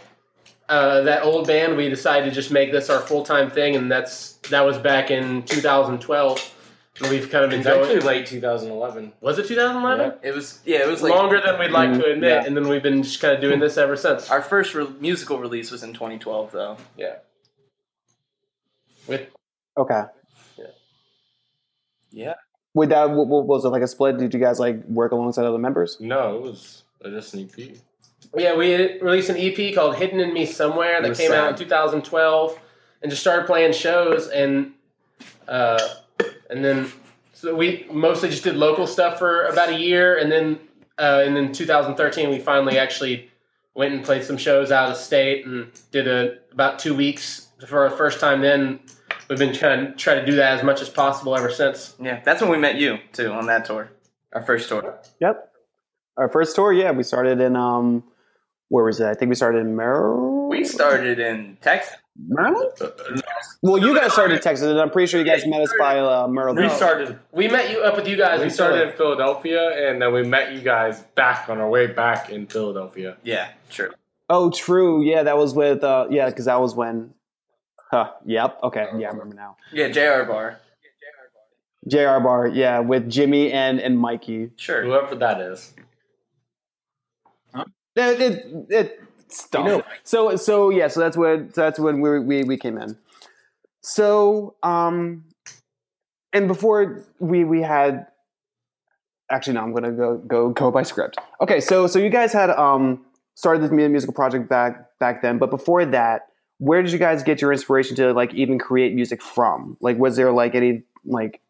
[SPEAKER 6] uh, that old band, we decided to just make this our full time thing, and that's that was back in 2012. And we've kind of been
[SPEAKER 4] It's
[SPEAKER 6] going.
[SPEAKER 4] actually late 2011.
[SPEAKER 6] was it 2011?
[SPEAKER 2] It was yeah, it was like mm,
[SPEAKER 6] Longer than we'd like to admit,
[SPEAKER 2] yeah.
[SPEAKER 6] and then we've been just kind of doing this ever since.
[SPEAKER 2] our first re- musical release was in 2012 though.
[SPEAKER 3] Okay.
[SPEAKER 6] Yeah.
[SPEAKER 2] Yeah.
[SPEAKER 3] Would that w- w- was it like a split? Did you guys like work alongside other members?
[SPEAKER 4] No, it was just an E EP.
[SPEAKER 6] Yeah, we released an EP called Hidden in Me Somewhere that
[SPEAKER 9] was
[SPEAKER 6] came out in
[SPEAKER 9] sad.
[SPEAKER 6] 2012 and just started playing shows and uh, and then so we mostly just did local stuff for about a year and then uh, and then 2013 we finally actually went and played some shows out of state and did a about 2 weeks for our first time then we've been trying to try to do that as much as possible ever since.
[SPEAKER 2] Yeah, that's when we met you too on that tour, our first tour.
[SPEAKER 3] Yep. Our first tour, yeah, we started in um, where was it? I think we started in Maryland.
[SPEAKER 2] We started in Texas.
[SPEAKER 3] Maryland. Well, you guys started in Texas, and I'm pretty sure you guys met us by uh, Maryland.
[SPEAKER 4] We started.
[SPEAKER 6] We met you up with you guys
[SPEAKER 4] We
[SPEAKER 6] in
[SPEAKER 4] started
[SPEAKER 6] Philly.
[SPEAKER 4] in Philadelphia, and then we met you guys back on our way back in Philadelphia.
[SPEAKER 2] Yeah, true.
[SPEAKER 3] Oh, true. Yeah, that was with uh, yeah, because that was when. Huh. Yep. Okay. Yeah, I remember now.
[SPEAKER 2] Yeah, JR Bar.
[SPEAKER 3] Jr. Bar. Yeah, with Jimmy and and Mikey.
[SPEAKER 2] Sure.
[SPEAKER 4] Whoever that is.
[SPEAKER 3] It it, it stuff.
[SPEAKER 4] You know.
[SPEAKER 3] So so yeah, so that's when so that's when we we we came in. So um, and before we we had. Actually, no. I'm gonna go go go by script. Okay, so so you guys had um started this mu- musical project back back then, but before that, where did you guys get your inspiration to like even create music from? Like, was there like any like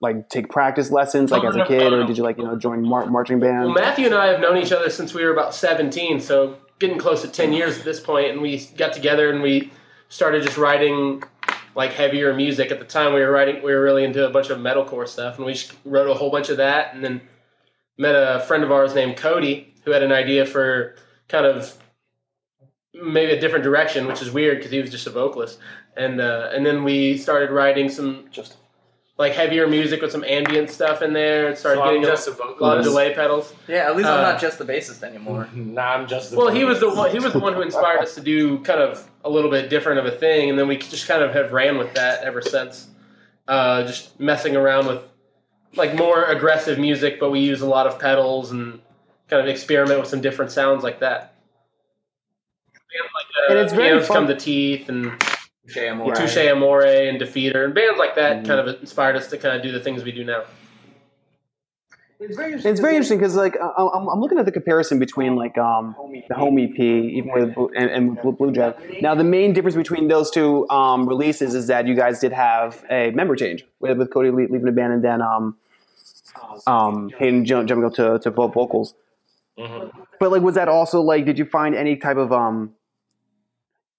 [SPEAKER 3] like take practice lessons like as a kid, or did you like you know join mar- marching
[SPEAKER 6] Well,
[SPEAKER 3] band?
[SPEAKER 6] Matthew and I have known each other since we were about 17, so getting close to 10 years at this point, and we got together and we started just writing like heavier music. At the time, we were writing, we were really into a bunch of metalcore stuff, and we just wrote a whole bunch of that, and then met a friend of ours named Cody who had an idea for kind of maybe a different direction, which is weird because he was just a vocalist, and uh, and then we started writing some just like heavier music with some ambient stuff in there, and started
[SPEAKER 4] So I'm
[SPEAKER 6] getting
[SPEAKER 4] just a
[SPEAKER 6] a lot of
[SPEAKER 4] vocalist.
[SPEAKER 6] delay pedals.
[SPEAKER 2] Yeah, at least I'm
[SPEAKER 6] Uh,
[SPEAKER 2] not just the bassist anymore.
[SPEAKER 4] Nah, I'm just.
[SPEAKER 6] Well, he was the one, he was the one who inspired us to do kind of a little bit different of a thing, and then we just kind of have ran with that ever since. Uh, just messing around with like more aggressive music, but we use a lot of pedals and kind of experiment with some different sounds like that. Bands like, uh,
[SPEAKER 3] And it's very
[SPEAKER 6] Pianos
[SPEAKER 3] fun-
[SPEAKER 6] come to teeth and
[SPEAKER 2] Jamor.
[SPEAKER 3] Right.
[SPEAKER 6] Touche Amore and Defeater and bands like that kind of inspired us to kind of do the things we do now.
[SPEAKER 3] It's very interesting because like I- I'm, I'm looking at the comparison between like um, the home EP, even with Blue- and, and with Blue- Blue Jazz. Now the main difference between those two um, releases is that you guys did have a member change with, with Cody le- leaving the band and then um, um, Hayden jump, jumping up to to vo- vocals. But like, was that also like? Did you find any type of um,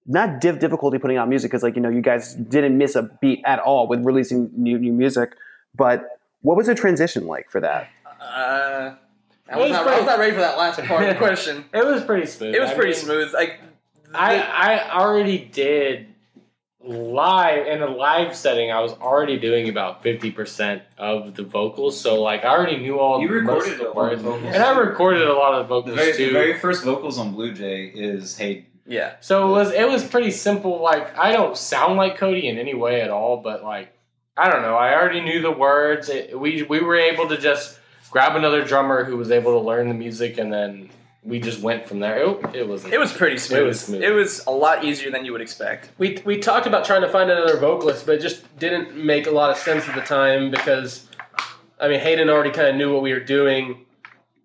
[SPEAKER 3] not diff- difficulty putting out music? Because like you know, you guys didn't miss a beat at all with releasing new new music. But what was the transition like for that?
[SPEAKER 2] Uh, I,
[SPEAKER 4] was
[SPEAKER 2] was not, I
[SPEAKER 4] pretty-
[SPEAKER 2] was not ready for that last part of the question.
[SPEAKER 4] It was pretty smooth.
[SPEAKER 2] It was
[SPEAKER 4] I
[SPEAKER 2] pretty
[SPEAKER 4] mean,
[SPEAKER 2] smooth. Like
[SPEAKER 4] I
[SPEAKER 2] the-
[SPEAKER 4] I already did live in a live setting. I was already doing about fifty percent of the vocals, so like I already knew all.
[SPEAKER 5] You
[SPEAKER 4] the- most of
[SPEAKER 5] recorded
[SPEAKER 4] the
[SPEAKER 5] a lot of
[SPEAKER 4] words.
[SPEAKER 5] vocals.
[SPEAKER 4] and I recorded a lot of the
[SPEAKER 5] The
[SPEAKER 4] vocals
[SPEAKER 5] very,
[SPEAKER 4] too.
[SPEAKER 5] the very first vocals on Blue Jay is Hayden.
[SPEAKER 2] yeah,
[SPEAKER 4] So it was it was pretty simple. Like I don't sound like Cody in any way at all, but like I don't know. I already knew the words. It, we we were able to just grab another drummer who was able to learn the music, and then we just went from there. It, it was
[SPEAKER 2] it was pretty smooth. It was,
[SPEAKER 4] smooth.
[SPEAKER 2] a lot easier than you would expect.
[SPEAKER 6] we we talked about trying to find another vocalist, but it just didn't make a lot of sense at the time because I mean Hayden already kind of knew what we were doing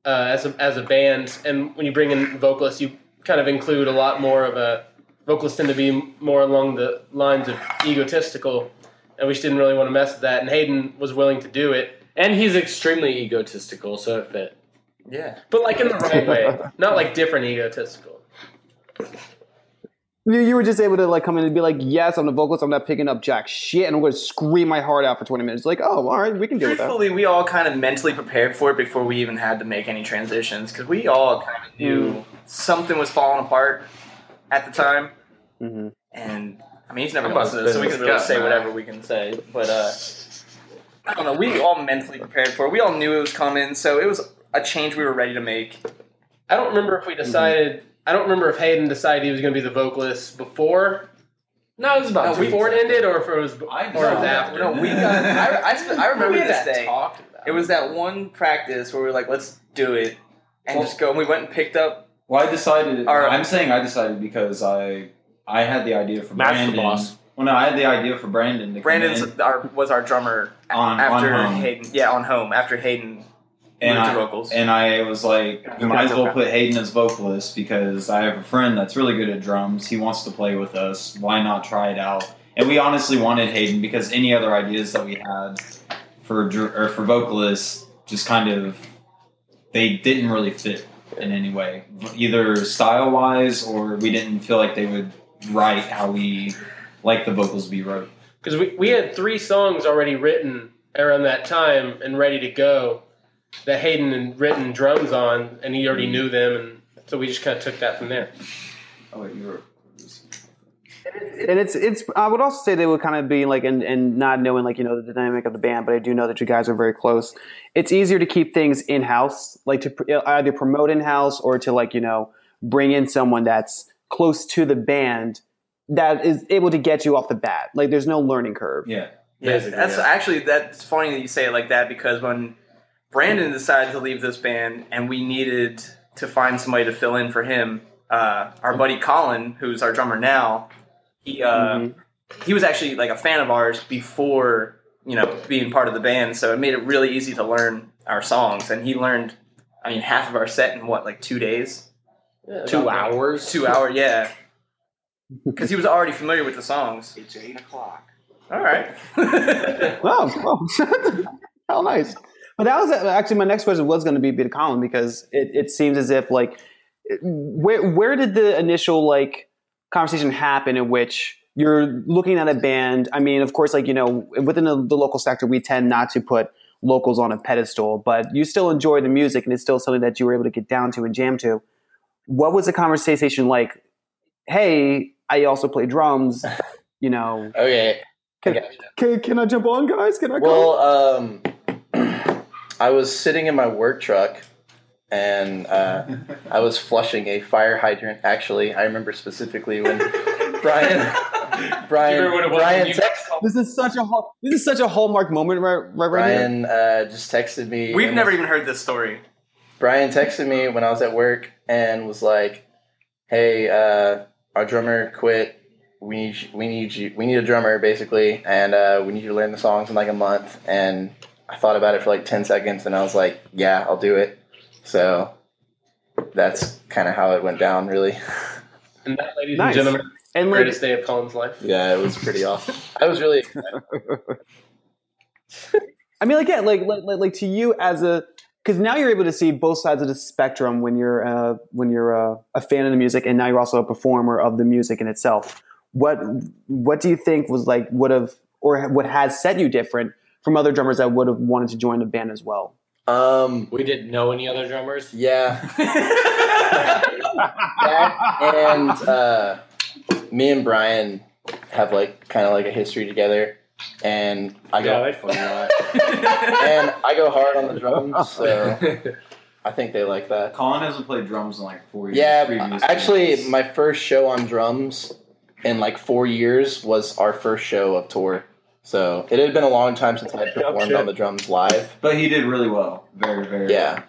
[SPEAKER 6] uh, as a as a band, and when you bring in vocalists, you kind of include a lot more of a vocalists tend to be more along the lines of egotistical, and we just didn't really want to mess with that. And Hayden was willing to do it,
[SPEAKER 4] and he's extremely egotistical, so it fit.
[SPEAKER 2] Yeah,
[SPEAKER 6] but like in the right way, not like different egotistical.
[SPEAKER 3] You, you were just able to like come in and be like, yes, I'm the vocalist. I'm not picking up jack shit, and I'm going to scream my heart out for 20 minutes. Like, oh, all right, we can deal with that.
[SPEAKER 2] truthfully, we
[SPEAKER 3] Hmm.
[SPEAKER 2] all kind of mentally prepared for it before we even had to make any transitions because we all kind of knew something was falling apart at the time.
[SPEAKER 3] Mhm.
[SPEAKER 2] And I mean, he's never
[SPEAKER 4] I'm
[SPEAKER 2] going
[SPEAKER 4] about
[SPEAKER 2] to
[SPEAKER 4] to
[SPEAKER 2] this, so we
[SPEAKER 4] spit
[SPEAKER 2] can
[SPEAKER 4] in
[SPEAKER 2] really
[SPEAKER 4] his
[SPEAKER 2] say
[SPEAKER 4] gut,
[SPEAKER 2] whatever we can say. But uh, I don't know. We all mentally prepared for it. We all knew it was coming, so it was a change we were ready to make.
[SPEAKER 6] I don't remember
[SPEAKER 2] Mm-hmm.
[SPEAKER 6] if we decided. I don't remember if Hayden decided he was going to be the vocalist before. No, it was about
[SPEAKER 2] No, we-
[SPEAKER 6] before it ended, or if it was b-
[SPEAKER 5] I
[SPEAKER 6] or it
[SPEAKER 5] know.
[SPEAKER 6] was after.
[SPEAKER 2] No, we got. I, I, sp- I remember
[SPEAKER 6] We had
[SPEAKER 2] this
[SPEAKER 6] that
[SPEAKER 2] day.
[SPEAKER 6] talk about
[SPEAKER 2] It was that one practice where we were like, "Let's do it," and
[SPEAKER 5] Well-
[SPEAKER 2] just go. And we went and picked up.
[SPEAKER 5] Well, I decided.
[SPEAKER 2] All right.
[SPEAKER 5] I'm saying I decided because I I had the idea for
[SPEAKER 4] Matt's the
[SPEAKER 5] Brandon.
[SPEAKER 4] boss.
[SPEAKER 5] Well, no, I had the idea for Brandon to come
[SPEAKER 2] Brandon's
[SPEAKER 5] in
[SPEAKER 2] our, was our drummer
[SPEAKER 5] on
[SPEAKER 2] after
[SPEAKER 5] on home,
[SPEAKER 2] Hayden. Yeah, on home after Hayden
[SPEAKER 5] and
[SPEAKER 2] moved
[SPEAKER 5] I,
[SPEAKER 2] to vocals.
[SPEAKER 5] and I was like, we might as well put Hayden as vocalist because I have a friend that's really good at drums. He wants to play with us. Why not try it out? And we honestly wanted Hayden because any other ideas that we had for dr- or for vocalists just kind of they didn't really fit in any way, either style wise or we didn't feel like they would write how we like the vocals we wrote.
[SPEAKER 6] because we, we had three songs already written around that time and ready to go that Hayden had written drums on, and he already knew them, and so we just kind of took that from there.
[SPEAKER 5] Oh, wait, you were.
[SPEAKER 3] and it's it's i would also say they would kind of be like and, and not knowing like you know the dynamic of the band but i do know that you guys are very close it's easier to keep things in-house like to pr- uh, either promote in-house or to like you know bring in someone that's close to the band that is able to get you off the bat like there's no learning curve
[SPEAKER 5] Yeah.
[SPEAKER 2] Yeah, that's actually that's funny that you say it like that because when Brandon decided to leave this band and we needed to find somebody to fill in for him, uh, our buddy Colin, who's our drummer now, he uh,
[SPEAKER 3] Mhm.
[SPEAKER 5] Mm-hmm.
[SPEAKER 2] he was actually like a fan of ours before you know being part of the band, so it made it really easy to learn our songs, and he learned. I mean, half of our set in what, like two days,
[SPEAKER 6] Two
[SPEAKER 2] about
[SPEAKER 6] hours.
[SPEAKER 2] two hour, yeah, because he was already familiar with the songs.
[SPEAKER 10] It's eight o'clock.
[SPEAKER 2] All right.
[SPEAKER 3] Wow, wow. how nice. But that was uh, actually my next question was going to be to Colin because it, it seems as if like it- where where did the initial like conversation happen in which you're looking at a band? I mean, of course, like you know, within the, the local sector, we tend not to put locals on a pedestal, but you still enjoy the music and it's still something that you were able to get down to and jam to. What was the conversation like? Hey, I also play drums. You know,
[SPEAKER 1] Okay. I got
[SPEAKER 3] can, can I jump on, guys? Can I go?
[SPEAKER 1] Well, um, I was sitting in my work truck and uh, I was flushing a fire hydrant. Actually, I remember specifically when Brian, Brian,
[SPEAKER 4] remember when it was
[SPEAKER 1] Brian,
[SPEAKER 4] when you-
[SPEAKER 1] text,
[SPEAKER 3] This is such a hall- this is such a hallmark moment right right, right here.
[SPEAKER 1] Brian uh, just texted me.
[SPEAKER 2] We've
[SPEAKER 1] and
[SPEAKER 2] never even heard this story.
[SPEAKER 1] Brian texted me when I was at work and was like, "Hey, uh, our drummer quit. We need you- we need you we need a drummer basically, and uh, we need you to learn the songs in like a month." And I thought about it for like ten seconds, and I was like, "Yeah, I'll do it." So that's kind of how it went down, really.
[SPEAKER 6] And that, ladies
[SPEAKER 3] Nice.
[SPEAKER 6] and gentlemen,
[SPEAKER 3] And like,
[SPEAKER 6] greatest day of Colin's life.
[SPEAKER 1] Yeah, it was pretty awesome. I was really excited.
[SPEAKER 3] I mean, like, yeah, like, like, like, like to you as a, because now you're able to see both sides of the spectrum when you're uh, when you're uh, a fan of the music, and now you're also a performer of the music in itself. What what do you think was like would have or what has set you different from other drummers that would have wanted to join the band as well?
[SPEAKER 1] Um,
[SPEAKER 6] We didn't know any other drummers.
[SPEAKER 1] yeah, that and uh, me and Brian have like kind of like a history together, and I go and I go hard on the
[SPEAKER 4] Oh.
[SPEAKER 1] drums, so I think they like that.
[SPEAKER 5] Colin hasn't played drums in like four years.
[SPEAKER 1] Yeah,
[SPEAKER 5] previous
[SPEAKER 1] actually,
[SPEAKER 5] bands.
[SPEAKER 1] my first show on drums in like four years was our first show of tour. So it had been a long time since I had performed on the drums live.
[SPEAKER 5] But he did really well. Very, very.
[SPEAKER 1] Yeah,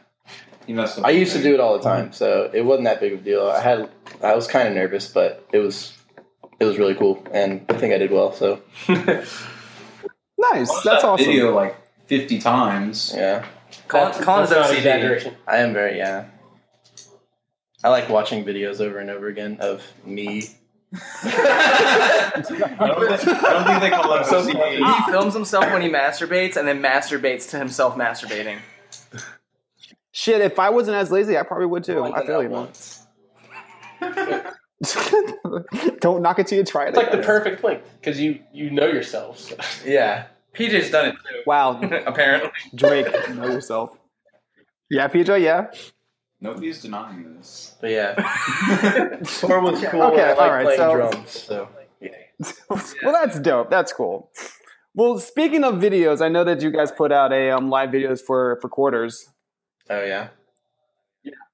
[SPEAKER 5] He messed up.
[SPEAKER 1] I used to do it all the time, so it wasn't that big of a deal. I had I was kind of nervous, but it was it was really cool, and I think I did well. So
[SPEAKER 3] Nice, that's
[SPEAKER 5] that
[SPEAKER 3] awesome.
[SPEAKER 5] video like fifty times.
[SPEAKER 1] yeah.
[SPEAKER 2] Colin, Colin's
[SPEAKER 6] That's not
[SPEAKER 2] OCD.
[SPEAKER 6] exaggeration.
[SPEAKER 1] I am very yeah. I like watching videos over and over again of me.
[SPEAKER 5] I don't, think, I don't think they call that OCD.
[SPEAKER 2] He films himself when he masturbates and then masturbates to himself masturbating.
[SPEAKER 3] Shit, if I wasn't as lazy, I probably would too. I feel you, man. Don't knock it till you try it.
[SPEAKER 6] It's like the
[SPEAKER 3] I guess.
[SPEAKER 6] perfect length because you you know yourself. so.
[SPEAKER 1] Yeah.
[SPEAKER 2] PJ's done it too,
[SPEAKER 3] wow,
[SPEAKER 2] apparently.
[SPEAKER 3] Drake, know yourself. Yeah, PJ. Yeah.
[SPEAKER 5] Nobody's denying this.
[SPEAKER 1] But yeah,
[SPEAKER 5] I
[SPEAKER 1] Thor was cool.
[SPEAKER 3] Okay,
[SPEAKER 1] I like
[SPEAKER 3] all right,
[SPEAKER 1] playing
[SPEAKER 3] so-
[SPEAKER 1] drums. So
[SPEAKER 3] well, that's dope. That's cool. Well, speaking of videos, I know that you guys put out a um, live videos for for quarters.
[SPEAKER 1] oh yeah,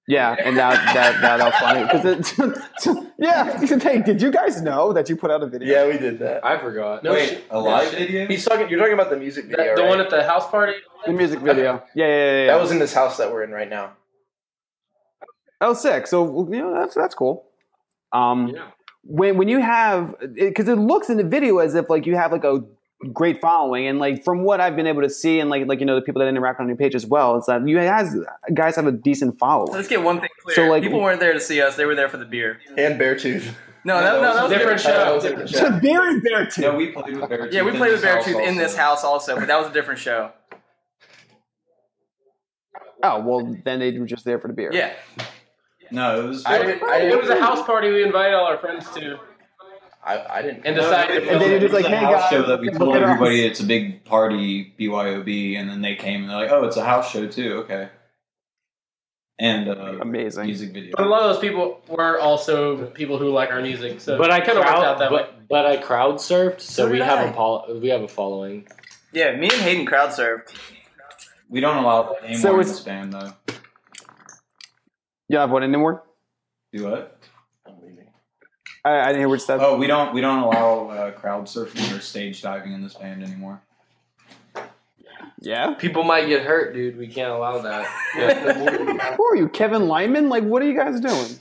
[SPEAKER 3] Yeah, and that that that was funny because it. yeah, hey, did you guys know that you put out a video?
[SPEAKER 1] yeah, we did that.
[SPEAKER 4] I forgot.
[SPEAKER 6] No
[SPEAKER 5] Wait,
[SPEAKER 6] shit.
[SPEAKER 5] a live video?
[SPEAKER 1] He's talking. You're talking about the music
[SPEAKER 6] That-
[SPEAKER 1] video,
[SPEAKER 6] the
[SPEAKER 1] right?
[SPEAKER 6] one at the house party.
[SPEAKER 3] the music video. Yeah, yeah, yeah. yeah.
[SPEAKER 1] that was in this house that we're in right now.
[SPEAKER 3] Oh, sick. So well, you know that's that's cool. Um,
[SPEAKER 4] Yeah.
[SPEAKER 3] when when you have because it, looks in the video as if like you have like a great following, and like from what I've been able to see, and like like you know the people that interact on your page as well, it's that you guys guys have a decent following.
[SPEAKER 2] Let's get one thing clear.
[SPEAKER 3] So, like-
[SPEAKER 2] people weren't there to see us; they were there for the beer.
[SPEAKER 1] And Beartooth.
[SPEAKER 2] No, no, no, that was a
[SPEAKER 6] different
[SPEAKER 2] different
[SPEAKER 6] show.
[SPEAKER 2] show.
[SPEAKER 1] Uh, different show.
[SPEAKER 3] beer and bear too.
[SPEAKER 5] Yeah, we played with Beartooth.
[SPEAKER 2] Yeah, we
[SPEAKER 5] in
[SPEAKER 2] played with
[SPEAKER 5] this house
[SPEAKER 2] Beartooth in this
[SPEAKER 5] also.
[SPEAKER 2] house also, but that was a different show.
[SPEAKER 3] Oh well, then they were just there for the beer.
[SPEAKER 2] Yeah,
[SPEAKER 5] No, it was.
[SPEAKER 1] I didn't. I
[SPEAKER 6] It was
[SPEAKER 1] didn't.
[SPEAKER 6] a house party we invited all our friends to,
[SPEAKER 1] I, I didn't.
[SPEAKER 6] and
[SPEAKER 5] No,
[SPEAKER 6] decided.
[SPEAKER 5] it
[SPEAKER 3] And
[SPEAKER 5] was-
[SPEAKER 3] they
[SPEAKER 5] it
[SPEAKER 3] were just
[SPEAKER 5] was
[SPEAKER 3] like,
[SPEAKER 5] a
[SPEAKER 3] "Hey,
[SPEAKER 5] house
[SPEAKER 3] guys,
[SPEAKER 5] show that we
[SPEAKER 3] look
[SPEAKER 5] told
[SPEAKER 3] at us."
[SPEAKER 5] everybody it's a big party BYOB, and then they came and they're like, "Oh, it's a house show too." Okay. And uh,
[SPEAKER 3] amazing.
[SPEAKER 5] music video.
[SPEAKER 6] But a lot of those people were also people who like our music, so
[SPEAKER 4] But I
[SPEAKER 6] could have
[SPEAKER 4] crowd,
[SPEAKER 6] worked out that way.
[SPEAKER 4] but, but I crowd surfed, so,
[SPEAKER 2] So
[SPEAKER 4] we
[SPEAKER 2] did
[SPEAKER 4] have
[SPEAKER 2] I.
[SPEAKER 4] a pol- we have a following.
[SPEAKER 2] yeah. Me and Hayden crowd served.
[SPEAKER 5] We don't allow any
[SPEAKER 3] So
[SPEAKER 5] more in
[SPEAKER 3] it's-
[SPEAKER 5] this band though.
[SPEAKER 3] You have one in more?
[SPEAKER 5] Do what?
[SPEAKER 1] I'm leaving.
[SPEAKER 3] I, I didn't hear what you said.
[SPEAKER 5] Oh, we don't. We don't allow uh, crowd surfing or stage diving in this band anymore.
[SPEAKER 3] Yeah.
[SPEAKER 4] People might get hurt, dude. We can't allow that.
[SPEAKER 3] Who are you, Kevin Lyman? Like, what are you guys doing?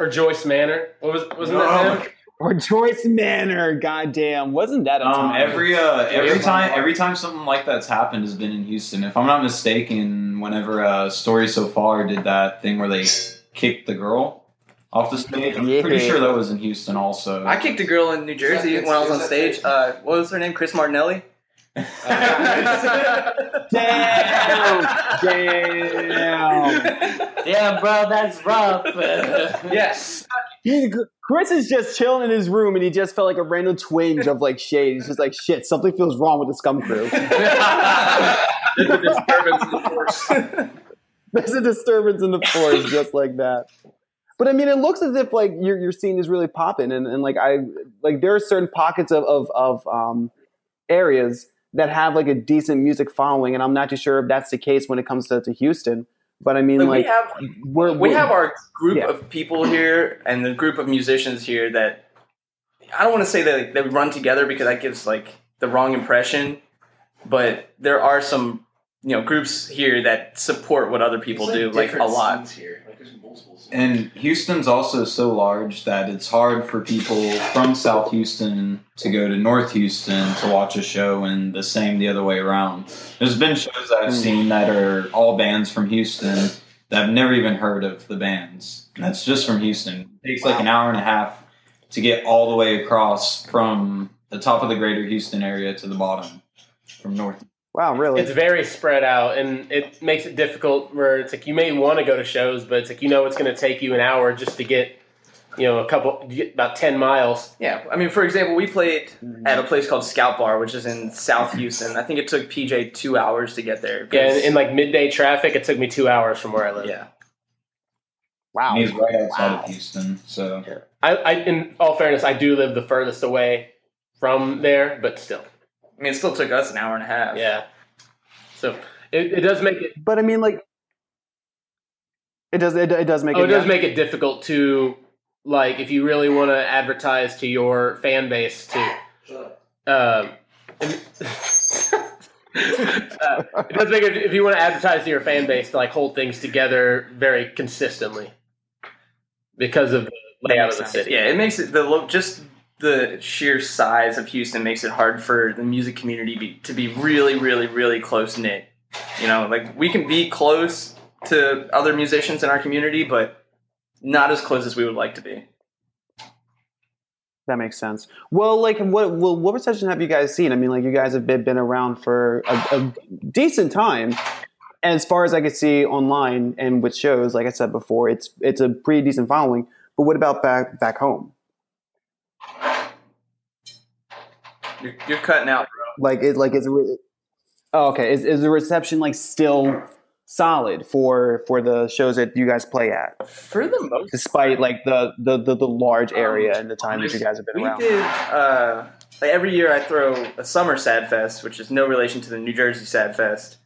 [SPEAKER 6] or Joyce Manor. What was wasn't
[SPEAKER 5] No.
[SPEAKER 6] that him?
[SPEAKER 3] Or Joyce Manor? Goddamn, wasn't that a
[SPEAKER 5] Um,
[SPEAKER 3] time?
[SPEAKER 5] every uh, every
[SPEAKER 6] Every
[SPEAKER 5] time every time something like that's happened has been in Houston. If I'm not mistaken, whenever uh, Story So Far did that thing where they kicked the girl off the stage, I'm pretty
[SPEAKER 3] Yeah.
[SPEAKER 5] sure that was in Houston also.
[SPEAKER 2] I kicked a girl in New Jersey when I was on stage. Uh, what was her name? Chris Martinelli.
[SPEAKER 3] Damn! Damn!
[SPEAKER 4] yeah, bro, that's rough.
[SPEAKER 2] yes.
[SPEAKER 3] He, Chris is just chilling in his room, and he just felt like a random twinge of like shade. He's just like, shit, something feels wrong with the scum crew. There's a disturbance in the force, just like that. But I mean, it looks as if like your your scene is really popping, and, and like I like there are certain pockets of of, of um, areas that have like a decent music following, and I'm not too sure if that's the case when it comes to, to Houston. But I mean,
[SPEAKER 2] Like, we
[SPEAKER 3] like,
[SPEAKER 2] have
[SPEAKER 3] we're,
[SPEAKER 2] we have our group
[SPEAKER 3] Yeah.
[SPEAKER 2] of people here and the group of musicians here that I don't want to say that that we run together because that gives like the wrong impression, but there are some you know groups here that support what other people do like a
[SPEAKER 1] Different
[SPEAKER 2] lot.
[SPEAKER 1] scenes Here. Like, there's multiple scenes.
[SPEAKER 5] And Houston's also so large that it's hard for people from South Houston to go to North Houston to watch a show, and the same the other way around. There's been shows that I've seen that are all bands from Houston that I've never even heard of the bands. And that's just from Houston. It takes like an hour and a half to get all the way across from the top of the greater Houston area to the bottom from North.
[SPEAKER 3] wow, really?
[SPEAKER 6] It's very spread out, and it makes it difficult. Where it's like you may want to go to shows, but it's like you know it's going to take you an hour just to get, you know, a couple you get about ten miles.
[SPEAKER 2] Yeah, I mean, for example, we played
[SPEAKER 6] Mm-hmm.
[SPEAKER 2] at a place called Scout Bar, which is in South Houston. I think it took PJ two hours to get there.
[SPEAKER 6] Yeah,
[SPEAKER 2] because-
[SPEAKER 6] in, in like midday traffic, it took me two hours from where I live.
[SPEAKER 2] yeah,
[SPEAKER 3] wow.
[SPEAKER 5] And he's right outside
[SPEAKER 3] Wow.
[SPEAKER 5] of Houston, so.
[SPEAKER 6] I, I, in all fairness, I do live the furthest away from there, but still,
[SPEAKER 2] I mean, it still took us an hour and a half.
[SPEAKER 6] yeah. So it, it does make it.
[SPEAKER 3] But I mean, like, it does it, it does make
[SPEAKER 6] Oh, it does
[SPEAKER 3] yeah.
[SPEAKER 6] make it difficult to like if you really want to advertise to your fan base to. Um, and- uh, it does make it if you want to advertise to your fan base to like hold things together very consistently because of the layout of the city.
[SPEAKER 2] Yeah, it makes it the lo- just the sheer size of Houston makes it hard for the music community be, to be really, really, really close knit. You know, like we can be close to other musicians in our community, but not as close as we would like to be.
[SPEAKER 3] That makes sense. Well, like, what well, what recession have you guys seen? I mean, like, you guys have been, been around for a, a decent time. And as far as I could see online and with shows, like I said before, it's it's a pretty decent following. But what about back back home?
[SPEAKER 2] You're, you're cutting out.
[SPEAKER 3] Like, it like is it re- oh, okay? Is is the reception like still solid for for the shows that you guys play at,
[SPEAKER 2] For the most
[SPEAKER 3] despite like the the the, the large
[SPEAKER 6] Um,
[SPEAKER 3] area and the time that you guys have been
[SPEAKER 2] We
[SPEAKER 3] around.
[SPEAKER 2] did uh, like every year. I throw a summer Sad Fest, which is no relation to the New Jersey Sad Fest.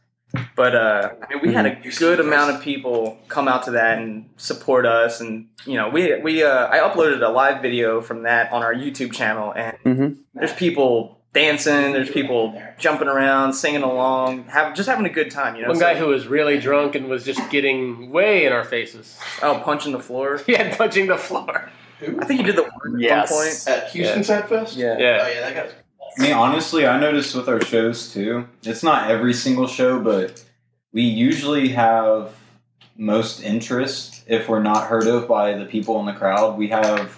[SPEAKER 2] But uh, I mean, we had
[SPEAKER 6] Mm-hmm.
[SPEAKER 2] a good amount of people come out to that and support us, and you know, we we uh, I uploaded a live video from that on our YouTube channel, and
[SPEAKER 6] Mm-hmm.
[SPEAKER 3] Mhm.
[SPEAKER 2] there's people dancing, there's people jumping around, singing along, have just having a good time, you know.
[SPEAKER 6] One
[SPEAKER 2] so-
[SPEAKER 6] guy who was really drunk and was just getting way in our faces.
[SPEAKER 2] oh, punching the floor.
[SPEAKER 6] Yeah, punching the floor.
[SPEAKER 2] I think you did the work at
[SPEAKER 3] Yes.
[SPEAKER 2] one point.
[SPEAKER 9] At Houston Sad Fest?
[SPEAKER 2] Yeah.
[SPEAKER 9] Oh,
[SPEAKER 6] Yeah.
[SPEAKER 9] yeah, that guy's.
[SPEAKER 5] I mean, honestly, I noticed with our shows too. It's not every single show, but we usually have most interest if we're not heard of by the people in the crowd. We have.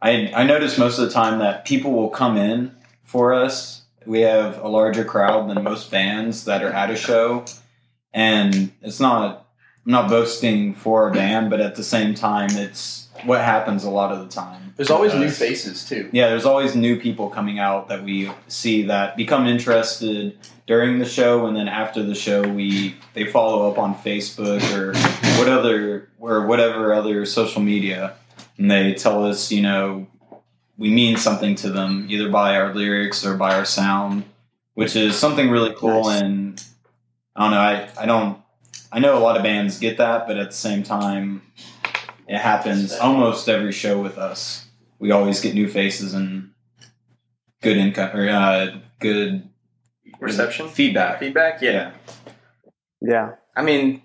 [SPEAKER 5] I I notice most of the time that people will come in for us. We have a larger crowd than most bands that are at a show, and it's not. I'm not boasting for our band, but at the same time, it's what happens a lot of the time.
[SPEAKER 9] There's always new
[SPEAKER 5] Us.
[SPEAKER 9] faces, too.
[SPEAKER 5] Yeah, there's always new people coming out that we see that become interested during the show, and then after the show, we they follow up on Facebook or what other or whatever other social media, and they tell us, you know, we mean something to them either by our lyrics or by our sound, which is something really cool.
[SPEAKER 3] Nice.
[SPEAKER 5] And I don't know, I I don't I know a lot of bands get that, but at the same time, it happens almost every show with us we always get new faces and good income or uh, good
[SPEAKER 2] Reception,
[SPEAKER 5] feedback.
[SPEAKER 2] feedback. Yeah.
[SPEAKER 3] Yeah,
[SPEAKER 2] I mean,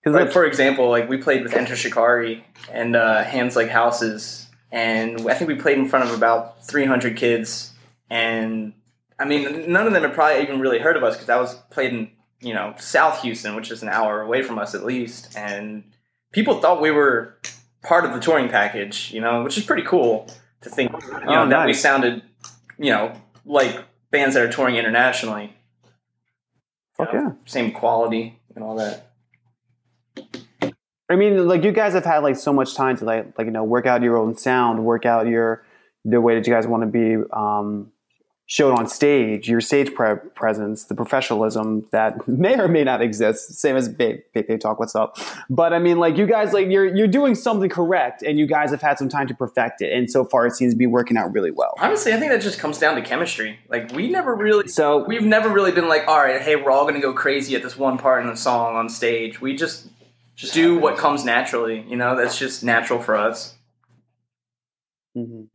[SPEAKER 3] because
[SPEAKER 2] Like, for example, like we played with Enter Shikari and uh, Hands Like Houses, and I think we played in front of about 300 kids. And I mean, none of them had probably even really heard of us because that was played in you know South Houston, which is an hour away from us at least. And people thought we were part of the touring package, you know, which is pretty cool to think you know,
[SPEAKER 3] Oh,
[SPEAKER 2] that we
[SPEAKER 3] nice.
[SPEAKER 2] sounded you know like bands that are touring internationally,
[SPEAKER 3] fuck yeah.
[SPEAKER 2] same quality and all that.
[SPEAKER 3] I mean, like you guys have had like so much time to like like you know work out your own sound, work out your the way that you guys want to be um, shown on stage, your stage pre- presence, the professionalism that may or may not exist. Same as Babe, Babe, Babe Talk, what's up? But I mean, like you guys, like you're you're doing something correct, and you guys have had some time to perfect it, and so far it seems to be working out really well.
[SPEAKER 2] Honestly, I think that just comes down to chemistry. Like we never really
[SPEAKER 3] So
[SPEAKER 2] we've never really been like, all right, hey, we're all gonna go crazy at this one part in the song on stage. We just just do what comes naturally, you know, that's just natural for us.
[SPEAKER 3] Mhm.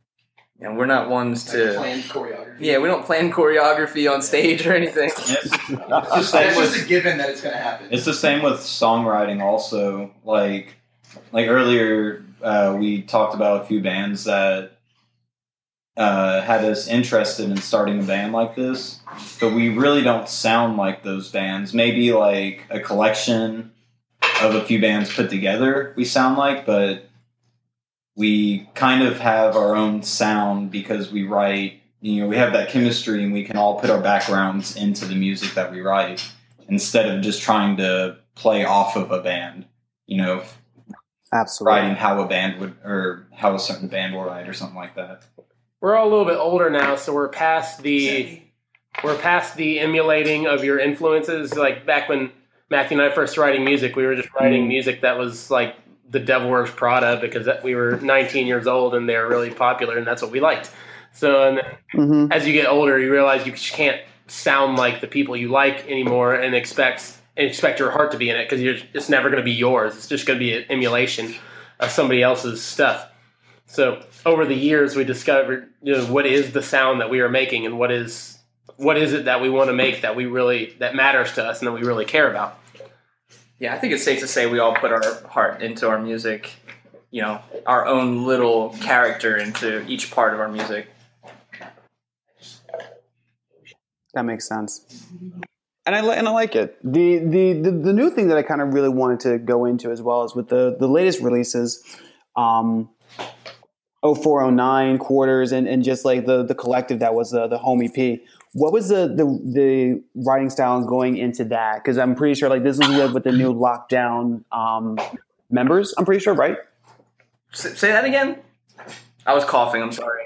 [SPEAKER 2] And we're not ones to
[SPEAKER 9] Planned choreography.
[SPEAKER 2] Yeah, we don't plan choreography on stage or anything.
[SPEAKER 5] It's, it's the
[SPEAKER 9] It's
[SPEAKER 5] same
[SPEAKER 9] just
[SPEAKER 5] with
[SPEAKER 9] a given that it's going to happen.
[SPEAKER 5] it's the same with songwriting. Also, like like earlier, uh, we talked about a few bands that uh, had us interested in starting a band like this, but we really don't sound like those bands. Maybe like a collection of a few bands put together, we sound like, but we kind of have our own sound because we write, you know, we have that chemistry and we can all put our backgrounds into the music that we write instead of just trying to play off of a band, you know,
[SPEAKER 3] absolutely,
[SPEAKER 5] writing how a band would or how a certain band will write or something like that.
[SPEAKER 6] We're all a little bit older now, so we're past the we're past the emulating of your influences. Like back when Matthew and I first writing music, we were just writing music that was like the Devil Works Prada because that, we were 19 years old and they're really popular and that's what we liked. So and
[SPEAKER 3] hmm
[SPEAKER 6] as you get older, you realize you just can't sound like the people you like anymore and expect and expect your heart to be in it because you're it's never going to be yours. It's just going to be an emulation of somebody else's stuff. So over the years, we discovered you know, what is the sound that we are making and what is what is it that we want to make that we really that matters to us and that we really care about.
[SPEAKER 2] Yeah, I think it's safe to say we all put our heart into our music, you know, our own little character into each part of our music.
[SPEAKER 3] that makes sense. and I li- and I like it. The, the the the new thing that I kind of really wanted to go into as well is with the the latest releases, um, 0409 quarters and and just like the the collective that was uh, the the home EP. What was the the the writing style going into that? Because I'm pretty sure like this is with, with the new lockdown um, members. I'm pretty sure, right?
[SPEAKER 2] S- say that again? I was coughing, I'm sorry.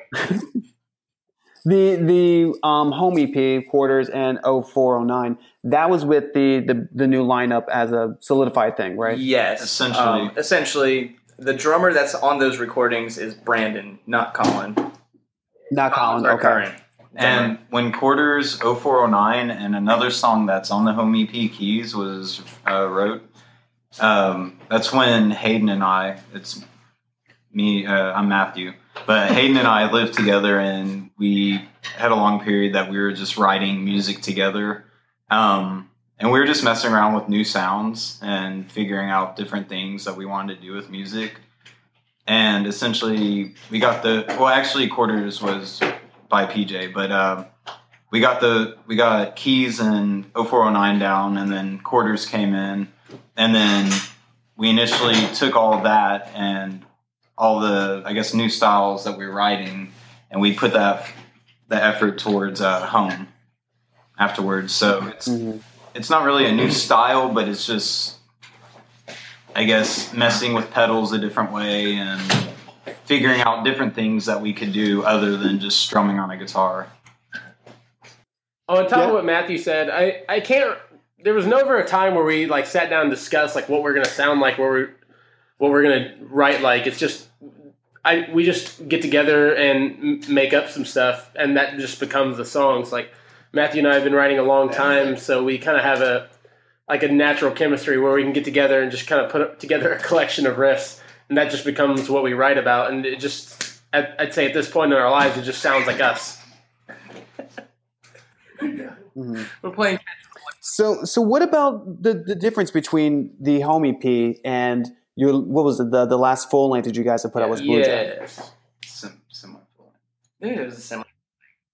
[SPEAKER 3] the the um, home EP quarters and 0409 that was with the, the the new lineup as a solidified thing, right?
[SPEAKER 2] Yes.
[SPEAKER 5] Essentially.
[SPEAKER 2] Um, essentially, the drummer that's on those recordings is Brandon, not Colin.
[SPEAKER 3] Not Colin.
[SPEAKER 2] Colin's our
[SPEAKER 3] okay.
[SPEAKER 2] current.
[SPEAKER 5] And when Quarters 0409 and another song that's on the Home EP Keys was uh, wrote, um, that's when Hayden and I, it's me, uh, I'm Matthew, but Hayden and I lived together and we had a long period that we were just writing music together. Um, and we were just messing around with new sounds and figuring out different things that we wanted to do with music. And essentially, we got the well. Actually, quarters was by PJ, but um, we got the we got keys and 0409 down, and then quarters came in, and then we initially took all of that and all the I guess new styles that we were writing, and we put that the effort towards uh, home afterwards. So it's
[SPEAKER 3] Mhm.
[SPEAKER 5] it's not really a new style, but it's just I guess messing with pedals a different way and figuring out different things that we could do other than just strumming on a guitar.
[SPEAKER 6] Oh, on top
[SPEAKER 3] Yeah.
[SPEAKER 6] of what Matthew said, I, I can't. There was never a time where we like sat down and discussed like what we're gonna sound like, what we're what we're gonna write like. It's just I we just get together and m- make up some stuff, and that just becomes the songs. Like Matthew and I have been writing a long time, so we kind of have a like a natural chemistry where we can get together and just kind of put together a collection of riffs, and that just becomes what we write about. And it just I'd, I'd say at this point in our lives, it just sounds like us.
[SPEAKER 3] Mhm.
[SPEAKER 2] We're playing.
[SPEAKER 3] So so what about the the difference between the home EP and your what was it the the last full length that you guys have put out was Blue Jay?
[SPEAKER 6] Yes.
[SPEAKER 5] Sim- similar.
[SPEAKER 2] It was a similar.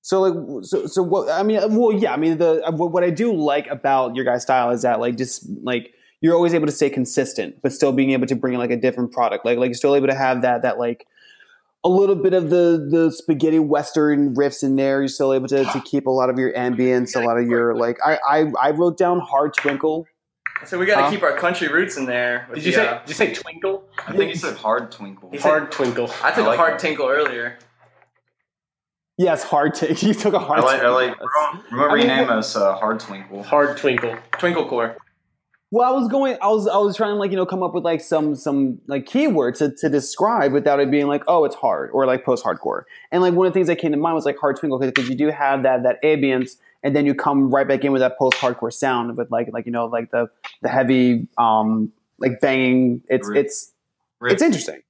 [SPEAKER 3] So like so so what I mean uh, well yeah I mean the uh, what what I do like about your guys style is that like just like you're always able to stay consistent but still being able to bring like a different product like like you're still able to have that that like a little bit of the the spaghetti western riffs in there you're still able to, to keep a lot of your ambience a lot of your like I I, I wrote down hard twinkle
[SPEAKER 2] So we got to
[SPEAKER 3] Huh?
[SPEAKER 2] keep our country roots in there. with
[SPEAKER 6] Did you
[SPEAKER 2] the,
[SPEAKER 6] say?
[SPEAKER 2] uh,
[SPEAKER 6] Did you say twinkle?
[SPEAKER 5] I think he said hard twinkle.
[SPEAKER 2] He said-
[SPEAKER 6] Hard twinkle.
[SPEAKER 2] I took
[SPEAKER 5] I like
[SPEAKER 2] a hard
[SPEAKER 5] that.
[SPEAKER 2] tinkle earlier.
[SPEAKER 3] yes hard take you took a hard
[SPEAKER 5] I like, I like,
[SPEAKER 3] twinkle.
[SPEAKER 5] remember
[SPEAKER 3] I mean-
[SPEAKER 5] you name us uh, hard twinkle.
[SPEAKER 6] Hard twinkle.
[SPEAKER 2] Twinkle core.
[SPEAKER 3] Well, I was going. I was. I was trying to like you know come up with like some some like keywords to, to describe without it being like oh it's hard or like post hardcore. And like one of the things that came to mind was like hard twinkle because you do have that that ambience, and then you come right back in with that post hardcore sound with like like you know like the the heavy um like banging. It's
[SPEAKER 5] Riff.
[SPEAKER 3] it's
[SPEAKER 5] Riff.
[SPEAKER 3] it's interesting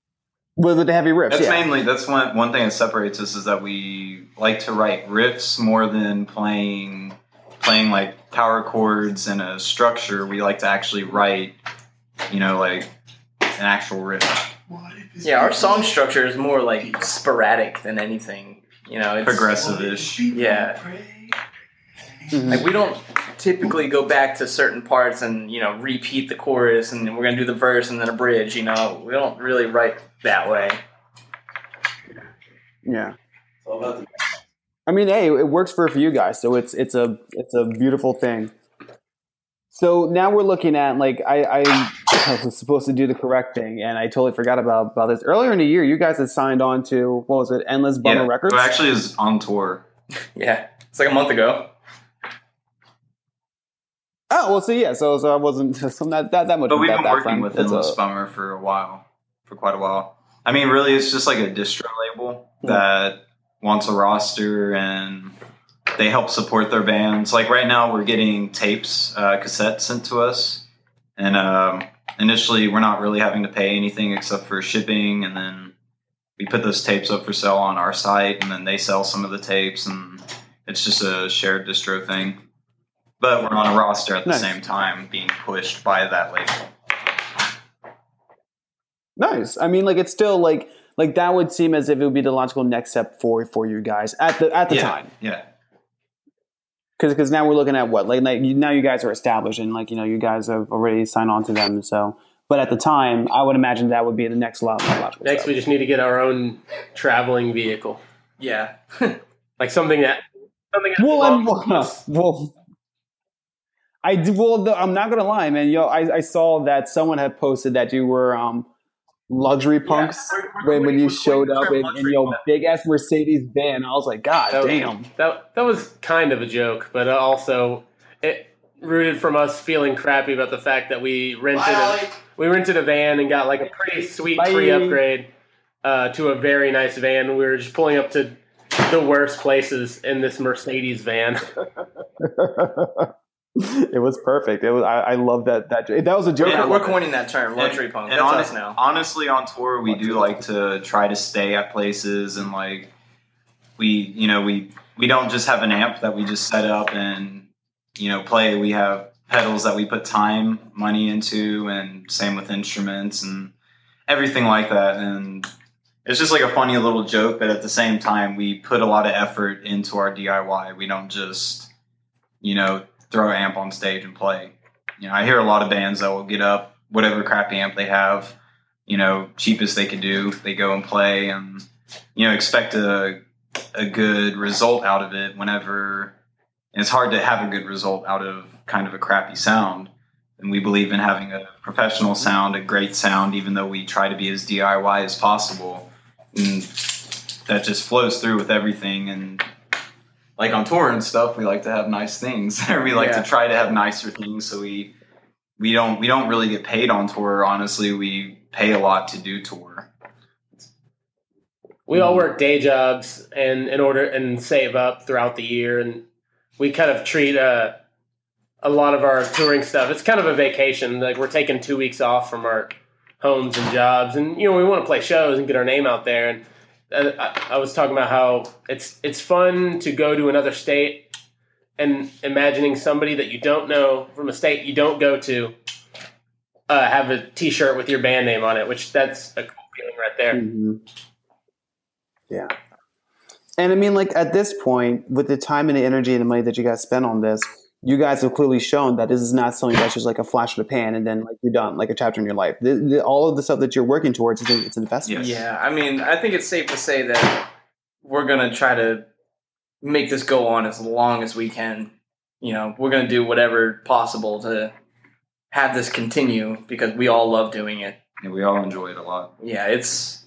[SPEAKER 3] with, with the heavy riffs.
[SPEAKER 5] That's
[SPEAKER 3] yeah.
[SPEAKER 5] mainly that's one one thing that separates us is that we like to write riffs more than playing playing like power chords and a structure. We like to actually write, you know, like an actual riff,
[SPEAKER 2] Yeah, our song structure is more like sporadic than anything. You know, it's
[SPEAKER 5] progressive-ish.
[SPEAKER 2] Yeah.
[SPEAKER 3] Mhm.
[SPEAKER 2] Like we don't typically go back to certain parts and you know repeat the chorus and we're gonna do the verse and then a bridge. You know, we don't really write that way.
[SPEAKER 3] yeah.
[SPEAKER 9] It's all about the
[SPEAKER 3] I mean, hey, it works for for you guys, so it's it's a it's a beautiful thing. So now we're looking at like I, I, I was supposed to do the correct thing, and I totally forgot about about this. Earlier in the year, you guys had signed on to what was it, Endless Bummer
[SPEAKER 5] Yeah.
[SPEAKER 3] Records?
[SPEAKER 5] Who actually is on tour.
[SPEAKER 2] Yeah, it's like a month ago.
[SPEAKER 3] oh well, so yeah, so so I wasn't so not that that much.
[SPEAKER 5] But we've
[SPEAKER 3] that,
[SPEAKER 5] been
[SPEAKER 3] that
[SPEAKER 5] working
[SPEAKER 3] fun.
[SPEAKER 5] with
[SPEAKER 3] That's
[SPEAKER 5] Endless
[SPEAKER 3] a-
[SPEAKER 5] Bummer for a while, for quite a while. I mean, really, it's just like a distro label
[SPEAKER 3] Yeah.
[SPEAKER 5] that wants a roster and they help support their bands. Like right now, we're getting tapes, uh, cassettes sent to us, and um, initially, we're not really having to pay anything except for shipping, and then we put those tapes up for sale on our site, and then they sell some of the tapes, and it's just a shared distro thing. But we're on a roster at the
[SPEAKER 3] Nice.
[SPEAKER 5] same time, being pushed by that label.
[SPEAKER 3] Nice. I mean, like it's still like like that would seem as if it would be the logical next step for for you guys at the at the
[SPEAKER 5] yeah,
[SPEAKER 3] time.
[SPEAKER 5] yeah.
[SPEAKER 3] because because now we're looking at what like like you, now you guys are established and like you know you guys have already signed on to them so but at the time I would imagine that would be the next lo- logical
[SPEAKER 6] Next,
[SPEAKER 3] step.
[SPEAKER 6] we just need to get our own traveling vehicle,
[SPEAKER 2] Yeah,
[SPEAKER 6] like something that something. that
[SPEAKER 3] well, and,
[SPEAKER 6] belongs to
[SPEAKER 3] well,
[SPEAKER 6] us.
[SPEAKER 3] well I d- well the, I'm not gonna lie man yo I, I saw that someone had posted that you were um luxury punks when when you showed up in, in your big ass Mercedes van. I was like, God
[SPEAKER 6] Oh.
[SPEAKER 3] damn.
[SPEAKER 6] That that was kind of a joke, but also it rooted from us feeling crappy about the fact that we rented a, we rented a van and got like a pretty sweet
[SPEAKER 3] Bye.
[SPEAKER 6] free upgrade uh, to a very nice van. We were just pulling up to the worst places in this Mercedes van.
[SPEAKER 3] it was perfect. It was. I, I love that. That jo- that was a joke.
[SPEAKER 5] Yeah,
[SPEAKER 3] I
[SPEAKER 2] We're,
[SPEAKER 3] love
[SPEAKER 2] we're
[SPEAKER 3] it.
[SPEAKER 2] coining that term, luxury punk. That's
[SPEAKER 5] hone-
[SPEAKER 2] us now.
[SPEAKER 5] Honestly, on tour, we do like to try to stay at places and like we, you know, we we don't just have an amp that we just set up and you know play. We have pedals that we put time, money into, and same with instruments and everything like that. And it's just like a funny little joke, but at the same time, we put a lot of effort into our DIY. We don't just, you know, throw an amp on stage and play. You know, I hear a lot of bands that will get up whatever crappy amp they have, you know, cheapest they could do. They go and play, and you know, expect a a good result out of it. Whenever and it's hard to have a good result out of kind of a crappy sound, and we believe in having a professional sound, a great sound, even though we try to be as DIY as possible. And that just flows through with everything and. Like on tour and stuff, we like to have nice things. we like
[SPEAKER 2] Yeah.
[SPEAKER 5] to try to have nicer things, so we we don't we don't really get paid on tour. Honestly, we pay a lot to do tour.
[SPEAKER 6] we all work day jobs and in order and save up throughout the year and we kind of treat uh, a lot of our touring stuff it's kind of a vacation like we're taking two weeks off from our homes and jobs and you know we want to play shows and get our name out there and uh, I, I was talking about how it's it's fun to go to another state and imagining somebody that you don't know from a state you don't go to uh, have a t-shirt with your band name on it which that's a cool feeling right there
[SPEAKER 3] Mhm. Yeah. And I mean, like at this point, with the time and the energy and the money that you guys spent on this, you guys have clearly shown that this is not something that's just like a flash of the pan and then like you're done, like a chapter in your life. The, the, all of the stuff that you're working towards, is a- it's an investment.
[SPEAKER 5] Yes.
[SPEAKER 2] Yeah, I mean, I think it's safe to say that we're gonna try to make this go on as long as we can. You know, we're gonna do whatever possible to have this continue because we all love doing it.
[SPEAKER 5] And we all enjoy it a lot.
[SPEAKER 2] Yeah, it's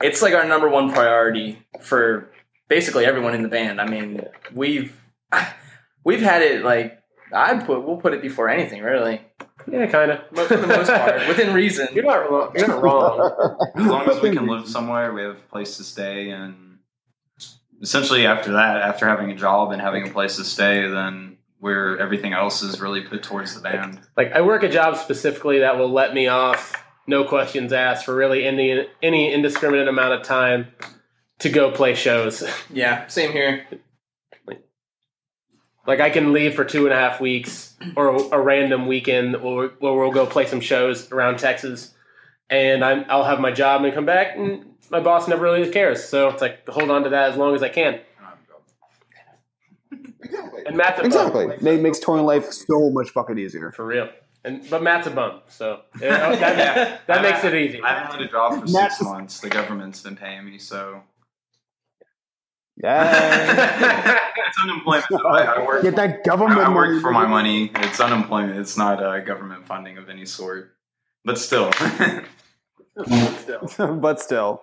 [SPEAKER 2] it's like our number one priority for basically everyone in the band. I mean, we've we've had it like I put we'll put it before anything really
[SPEAKER 6] Yeah, kind of.
[SPEAKER 2] for the most part within reason.
[SPEAKER 6] You're not wrong. You're not wrong.
[SPEAKER 5] As long as we can live somewhere, we have a place to stay, and essentially after that, after having a job and having a place to stay, then where everything else is really put towards the band.
[SPEAKER 6] like I work a job specifically that will let me off, no questions asked, for really any any indiscriminate amount of time to go play shows.
[SPEAKER 2] Yeah, same here.
[SPEAKER 6] like I can leave for two and a half weeks or a random weekend where, where we'll go play some shows around Texas, and I'm, I'll have my job and come back, and my boss never really cares. So it's like hold on to that as long as I can. And Matt's a bum.
[SPEAKER 3] Exactly. It makes touring life so much fucking easier.
[SPEAKER 6] for real. And but Matt's a bum, so yeah, that,
[SPEAKER 5] Yeah.
[SPEAKER 6] that makes it easy.
[SPEAKER 5] I haven't had a job for six
[SPEAKER 3] That's-
[SPEAKER 5] months. The government's been paying me, so
[SPEAKER 3] Yeah.
[SPEAKER 5] it's unemployment. I, I work.
[SPEAKER 3] Get that government
[SPEAKER 5] I, I
[SPEAKER 3] money.
[SPEAKER 5] work for my money. It's unemployment. It's not uh, government funding of any sort. But still,
[SPEAKER 3] but still.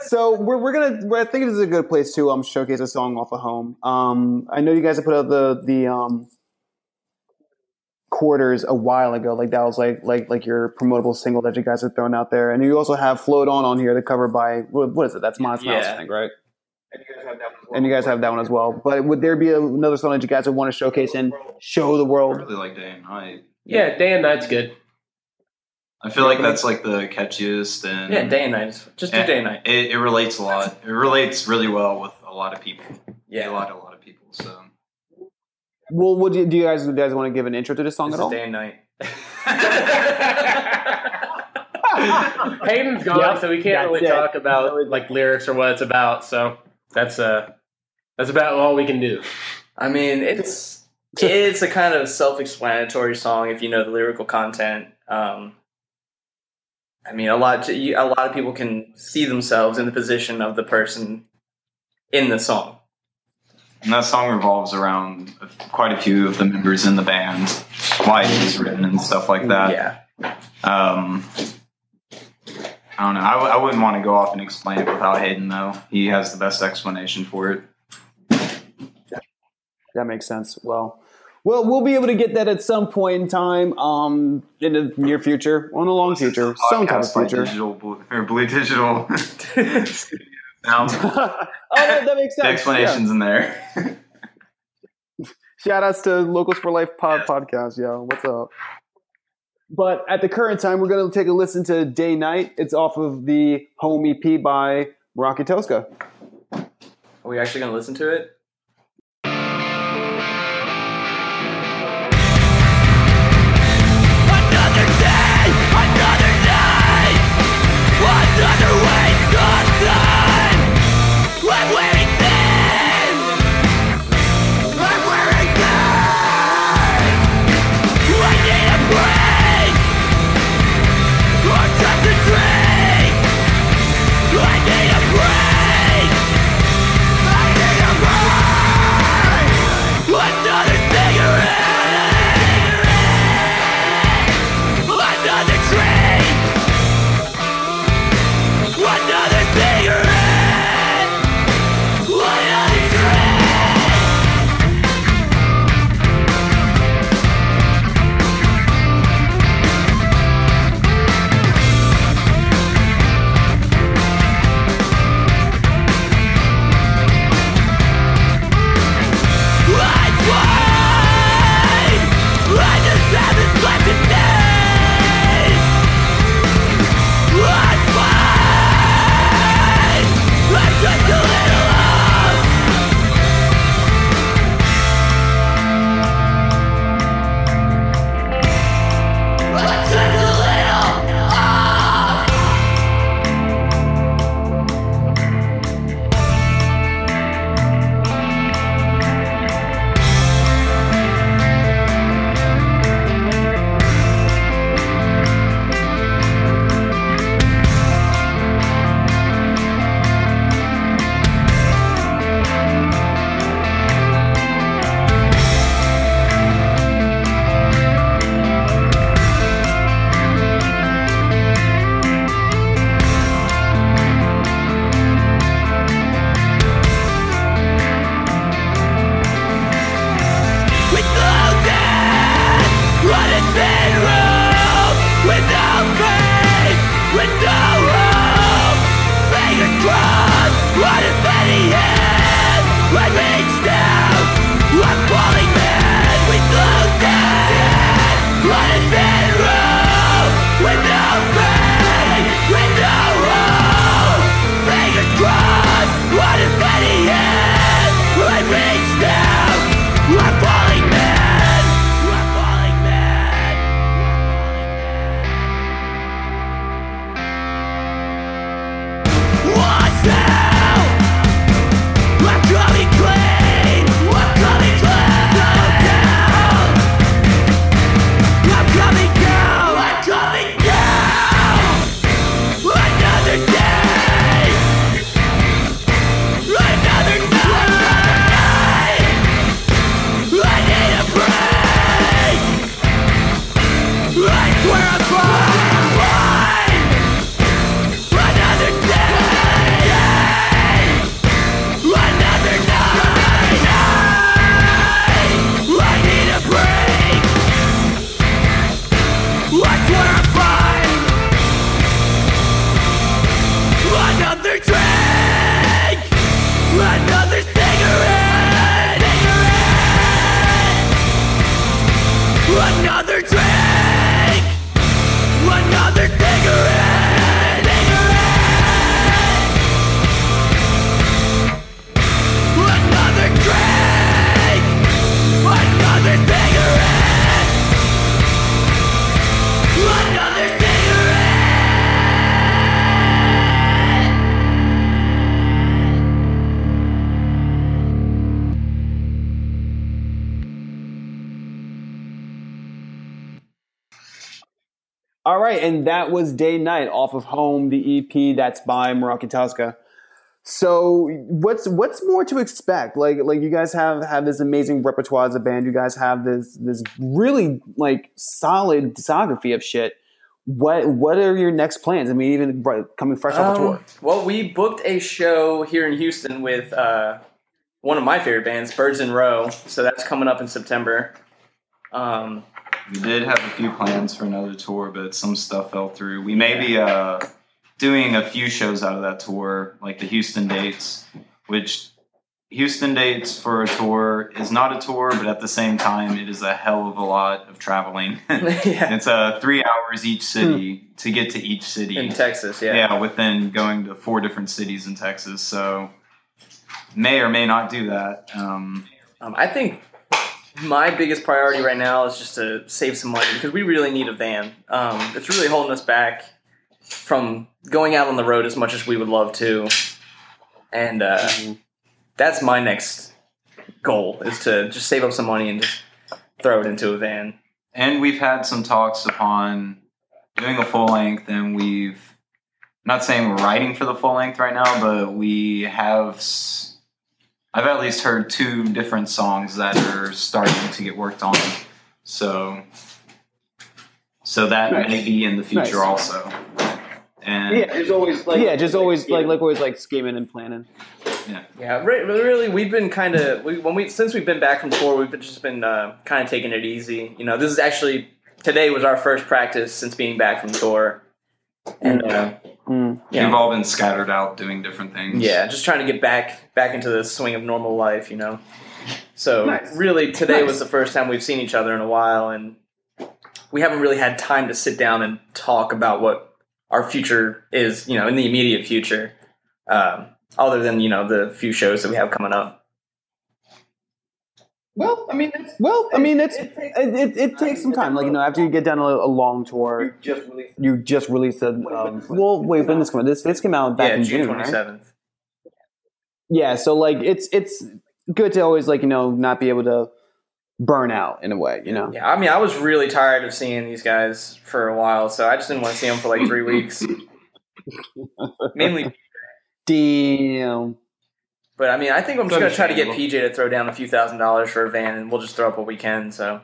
[SPEAKER 3] So we're, we're gonna. Well, I think this is a good place to um showcase a song off of home. Um, I know you guys have put out the the um quarters a while ago. Like that was like like like your promotable single that you guys have thrown out there, and you also have float on on here, the cover by what, what is it? That's Miles Miles, I think, right? And you guys have that one as well. But would there be another song that you guys would want to showcase and show the
[SPEAKER 5] I
[SPEAKER 3] world?
[SPEAKER 5] really like day and night.
[SPEAKER 6] Yeah, day and night's good.
[SPEAKER 5] I feel like that's like the catchiest and
[SPEAKER 2] Yeah, day and night. is- Just do
[SPEAKER 5] Yeah.
[SPEAKER 2] day and night.
[SPEAKER 5] it, it relates a lot. It relates really well with a lot of people.
[SPEAKER 2] Yeah,
[SPEAKER 5] A lot, a lot of people. So
[SPEAKER 3] Well, would you, do you guys do you guys want to give an intro to this song at
[SPEAKER 2] This is
[SPEAKER 3] all?
[SPEAKER 2] day and night.
[SPEAKER 6] Hayden's gone,
[SPEAKER 3] Yeah,
[SPEAKER 6] so we
[SPEAKER 3] that's
[SPEAKER 6] can't really
[SPEAKER 3] it.
[SPEAKER 6] talk about like lyrics or what it's about. So that's uh that's about all we can do.
[SPEAKER 2] I mean, it's it's a kind of self-explanatory song if you know the lyrical content. Um, I mean, a lot you- a lot of people can see themselves in the position of the person in the song.
[SPEAKER 5] And that song revolves around quite a few of the members in the band, Uh, why it was written and stuff like that.
[SPEAKER 2] yeah,
[SPEAKER 5] Um, I don't know. I w- I wouldn't want to go off and explain it without Hayden, though. He has the best explanation for it.
[SPEAKER 11] That makes sense. Well, well, we'll be able to get that at some point in time, um, in the near future, or in the long future, some type of
[SPEAKER 5] Podcast by
[SPEAKER 11] future.
[SPEAKER 5] Digital Blue, or Blue Digital. Now,
[SPEAKER 11] oh, no, that makes
[SPEAKER 5] the
[SPEAKER 11] sense. Yeah.
[SPEAKER 5] explanation's in there.
[SPEAKER 11] Shout outs to Locals for Life pod- podcast, yo. What's up? But at the current time, we're going to take a listen to Day Night. It's off of the Home EP by Rocky Tosca.
[SPEAKER 2] Are we actually gonna listen to it?
[SPEAKER 11] All right, and that was Day Night off of Home, the EP that's by Meraki Tosca. So what's what's more to expect? Like like you guys have have this amazing repertoire as a band. You guys have this this really like solid discography of shit.
[SPEAKER 3] what what are your next plans? I mean, even right, coming fresh off a tour.
[SPEAKER 2] Um, well, we booked a show here in Houston with uh, one of my favorite bands, Birds in Row. So that's coming up in September. Um,
[SPEAKER 5] We did have a few plans for another tour, but some stuff fell through. We may be uh, doing a few shows out of that tour, like the Houston dates, which Houston dates for a tour is not a tour, but at the same time, it is a hell of a lot of traveling.
[SPEAKER 2] yeah,
[SPEAKER 5] it's uh, three hours each city to get to each city.
[SPEAKER 2] in Texas.
[SPEAKER 5] yeah.
[SPEAKER 2] Yeah.
[SPEAKER 5] within going to four different cities in Texas. So may or may not do that. Um,
[SPEAKER 2] Um, I think my biggest priority right now is just to save some money because we really need a van. Um, it's really holding us back from going out on the road as much as we would love to, and uh, that's my next goal is to just save up some money and just throw it into a van.
[SPEAKER 5] and we've had some talks upon doing a full length and we've not saying we're writing for the full length right now but we have s- i've at least heard two different songs that are starting to get worked on so so that may be in the
[SPEAKER 3] Nice.
[SPEAKER 5] future also and
[SPEAKER 9] Yeah, there's always like
[SPEAKER 3] yeah, just always like like always like scheming and planning.
[SPEAKER 2] Yeah, re- really, really, we've been kind of we when we since we've been back from tour, we've been, just been uh, kind of taking it easy. You know, this is actually today was our first practice since being back from tour, and uh,
[SPEAKER 11] Hmm.
[SPEAKER 3] Mm.
[SPEAKER 5] we've
[SPEAKER 2] yeah,
[SPEAKER 5] all been scattered out doing different things
[SPEAKER 2] yeah, just trying to get back back into the swing of normal life. You know, so really today was the first time we've seen each other in a while, and we haven't really had time to sit down and talk about what our future is. You know, in the immediate future, um, other than you know the few shows that we have coming up.
[SPEAKER 9] Well, I mean, it's,
[SPEAKER 3] Well, I mean, it's it,
[SPEAKER 9] it takes,
[SPEAKER 3] it, it takes some time. Like you know, after you get done a, a long
[SPEAKER 9] you
[SPEAKER 3] tour,
[SPEAKER 9] just really
[SPEAKER 3] you just released a. Um, well, wait, when this come out? This this came out back
[SPEAKER 2] yeah,
[SPEAKER 3] in
[SPEAKER 2] June
[SPEAKER 3] June, right?
[SPEAKER 2] 27th.
[SPEAKER 3] yeah so like it's it's good to always like you know not be able to burn out in a way you know
[SPEAKER 2] Yeah, I mean, I was really tired of seeing these guys for a while, so I just didn't want to see them for like three weeks. Mainly,
[SPEAKER 3] damn
[SPEAKER 2] but I mean, I think I'm just gonna try to get PJ to throw down a few thousand dollars for a van, and we'll just throw up what we can. So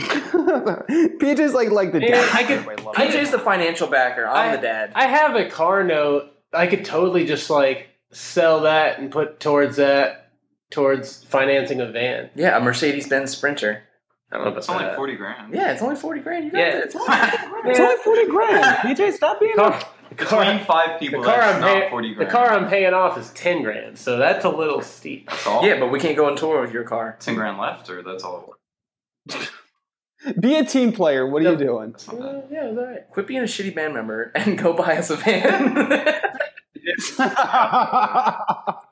[SPEAKER 3] PJ's like like the
[SPEAKER 4] Yeah,
[SPEAKER 3] dad.
[SPEAKER 4] I could-
[SPEAKER 3] Everybody loves
[SPEAKER 4] I
[SPEAKER 3] it.
[SPEAKER 2] PJ's the financial backer. I'm
[SPEAKER 4] I-
[SPEAKER 2] the dad.
[SPEAKER 4] I have a car note. I could totally just like sell that and put towards that towards financing a van.
[SPEAKER 2] yeah, a Mercedes Benz Sprinter.
[SPEAKER 4] I don't know about
[SPEAKER 5] it's only
[SPEAKER 4] that.
[SPEAKER 5] 40 grand
[SPEAKER 2] Yeah, it's only forty grand. You got
[SPEAKER 4] Yeah.
[SPEAKER 2] it. It's only-
[SPEAKER 3] it's only 40 grand PJ stop being
[SPEAKER 4] Car- the
[SPEAKER 5] between
[SPEAKER 4] car,
[SPEAKER 5] five people
[SPEAKER 4] the car
[SPEAKER 5] that's
[SPEAKER 4] I'm
[SPEAKER 5] not
[SPEAKER 4] pay-
[SPEAKER 5] 40
[SPEAKER 4] the
[SPEAKER 5] grand
[SPEAKER 4] car I'm paying off is ten grand, so that's a little steep.
[SPEAKER 5] that's all
[SPEAKER 2] Yeah, but we can't go on tour with your car.
[SPEAKER 5] 10 grand left or that's all
[SPEAKER 3] be a team player what are you
[SPEAKER 4] No.
[SPEAKER 3] doing
[SPEAKER 5] that's
[SPEAKER 4] Uh,
[SPEAKER 5] not bad
[SPEAKER 4] yeah, it was all right.
[SPEAKER 2] Quit being a shitty band member and go buy us a van.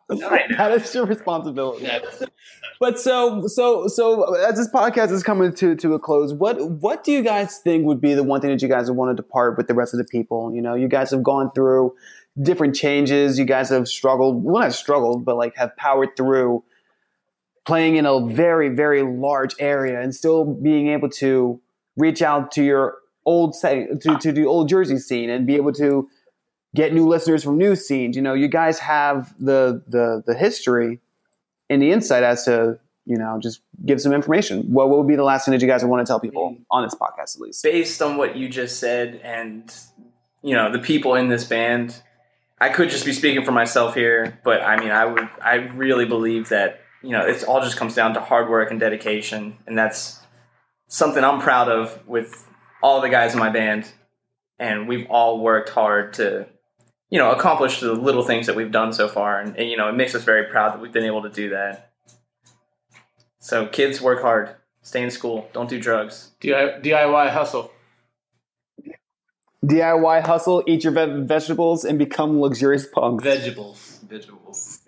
[SPEAKER 3] that is your responsibility but so so so as this podcast is coming to to a close what what do you guys think would be the one thing that you guys wanted to part with the rest of the people you know you guys have gone through different changes you guys have struggled well not struggled but like have powered through playing in a very very large area and still being able to reach out to your old setting to, to the old jersey scene and be able to get new listeners from new scenes you know you guys have the the the history and the insight as to you know just give some information what, what would be the last thing that you guys would want to tell people on this podcast at least
[SPEAKER 2] based on what you just said and you know the people in this band i could just be speaking for myself here but i mean i would i really believe that you know it's all just comes down to hard work and dedication and that's something i'm proud of with all the guys in my band and we've all worked hard to you know accomplish the little things that we've done so far and, and you know it makes us very proud that we've been able to do that so kids work hard stay in school don't do drugs
[SPEAKER 4] DIY, DIY hustle.
[SPEAKER 3] diy hustle eat your ve- vegetables and become luxurious punks
[SPEAKER 4] Vegetables.
[SPEAKER 5] individuals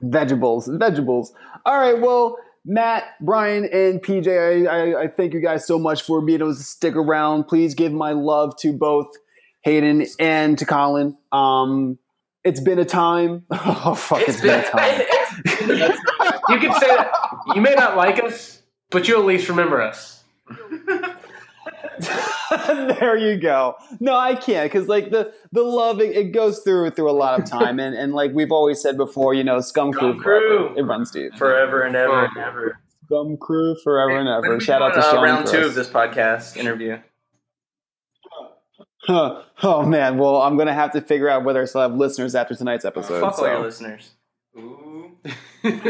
[SPEAKER 3] vegetables vegetables all right well matt brian and pj I, I, I thank you guys so much for being able to stick around please give my love to both hayden and to colin um it's been a time oh fuck it's been a time
[SPEAKER 4] You can say that. You may not like us, but you'll at least remember us.
[SPEAKER 3] there you go. No, I can't because like the the love it, it goes through through a lot of time and and like we've always said before, you know, scum crew,
[SPEAKER 2] Scum
[SPEAKER 3] forever.
[SPEAKER 2] crew.
[SPEAKER 3] it runs deep.
[SPEAKER 2] forever and ever and ever.
[SPEAKER 3] Scum crew forever and
[SPEAKER 2] When
[SPEAKER 3] ever.
[SPEAKER 2] we
[SPEAKER 3] Shout out
[SPEAKER 2] do,
[SPEAKER 3] to
[SPEAKER 2] uh,
[SPEAKER 3] Sean
[SPEAKER 2] round
[SPEAKER 3] for
[SPEAKER 2] two
[SPEAKER 3] us.
[SPEAKER 2] of this podcast interview.
[SPEAKER 3] Huh. oh man, well I'm gonna have to figure out whether I still have listeners after tonight's episode.
[SPEAKER 2] Fuck all your
[SPEAKER 3] so.
[SPEAKER 2] listeners.
[SPEAKER 4] Ooh.
[SPEAKER 3] Hey,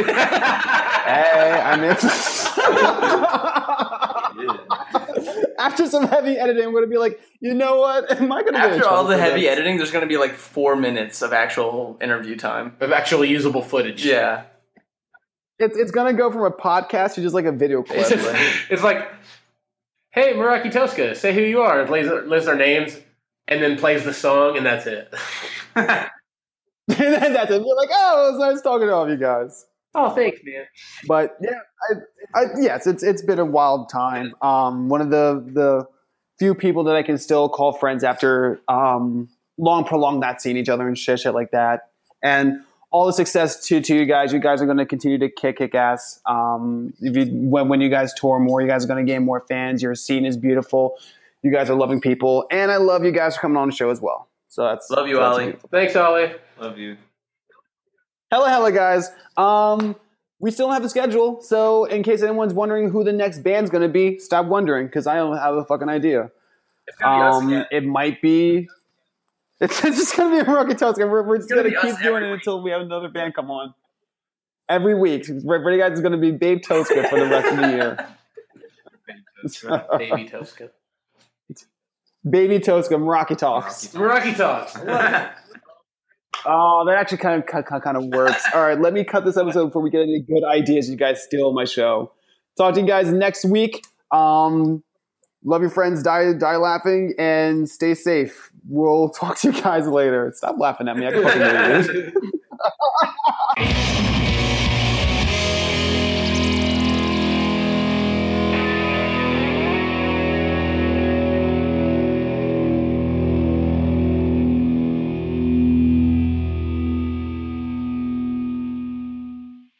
[SPEAKER 3] I'm in. after some heavy editing, I'm gonna be like, you know what? Am I gonna get in
[SPEAKER 2] After all
[SPEAKER 3] trouble
[SPEAKER 2] the
[SPEAKER 3] for
[SPEAKER 2] heavy
[SPEAKER 3] this?
[SPEAKER 2] editing, there's going to be like four minutes of actual interview time.
[SPEAKER 6] of actually usable footage.
[SPEAKER 2] Yeah.
[SPEAKER 3] It's, it's gonna go from a podcast to just like a video
[SPEAKER 6] It's,
[SPEAKER 3] clip.
[SPEAKER 6] just- it's like, hey, Meraki Tosca, say who you are, and plays, lists their names, and then plays the song, and that's it.
[SPEAKER 3] and then that's it. You're like, oh, it was nice talking to all of you guys.
[SPEAKER 6] oh, thanks, man.
[SPEAKER 3] But yeah, I, I, yes, it's it's been a wild time. Um, one of the the few people that I can still call friends after um, long, prolonged not seeing each other and shit, shit like that. And all the success to to you guys. You guys are going to continue to kick kick ass. Um, if you, when when you guys tour more, you guys are going to gain more fans. Your scene is beautiful. You guys are loving people, and I love you guys for coming on the show as well. So that's
[SPEAKER 2] Love you,
[SPEAKER 3] so that's
[SPEAKER 2] Ollie.
[SPEAKER 3] beautiful.
[SPEAKER 6] Thanks, Ollie.
[SPEAKER 5] Love you.
[SPEAKER 3] Hella, hella, guys. Um, we still don't have a schedule, so in case anyone's wondering who the next band's gonna be, stop wondering because I don't have a fucking idea. Um, it might be. It's, it's just gonna be a Rocket Tusk, and we're, we're just
[SPEAKER 2] gonna
[SPEAKER 3] gonna,
[SPEAKER 2] be us
[SPEAKER 3] keep doing it until we have another band come on. Every week, everybody guys is gonna be Babe Tosca for the rest of the year.
[SPEAKER 6] Baby Tosca.
[SPEAKER 3] Baby Tosca, Rocky Talks.
[SPEAKER 6] Meraki Talks.
[SPEAKER 3] Oh, that actually kind of kind, kind kind of works. All right, let me cut this episode before we get any good ideas. You guys steal my show. Talk to you guys next week. Um, love your friends. Die die laughing and stay safe. We'll talk to you guys later. Stop laughing at me. I fucking hate you.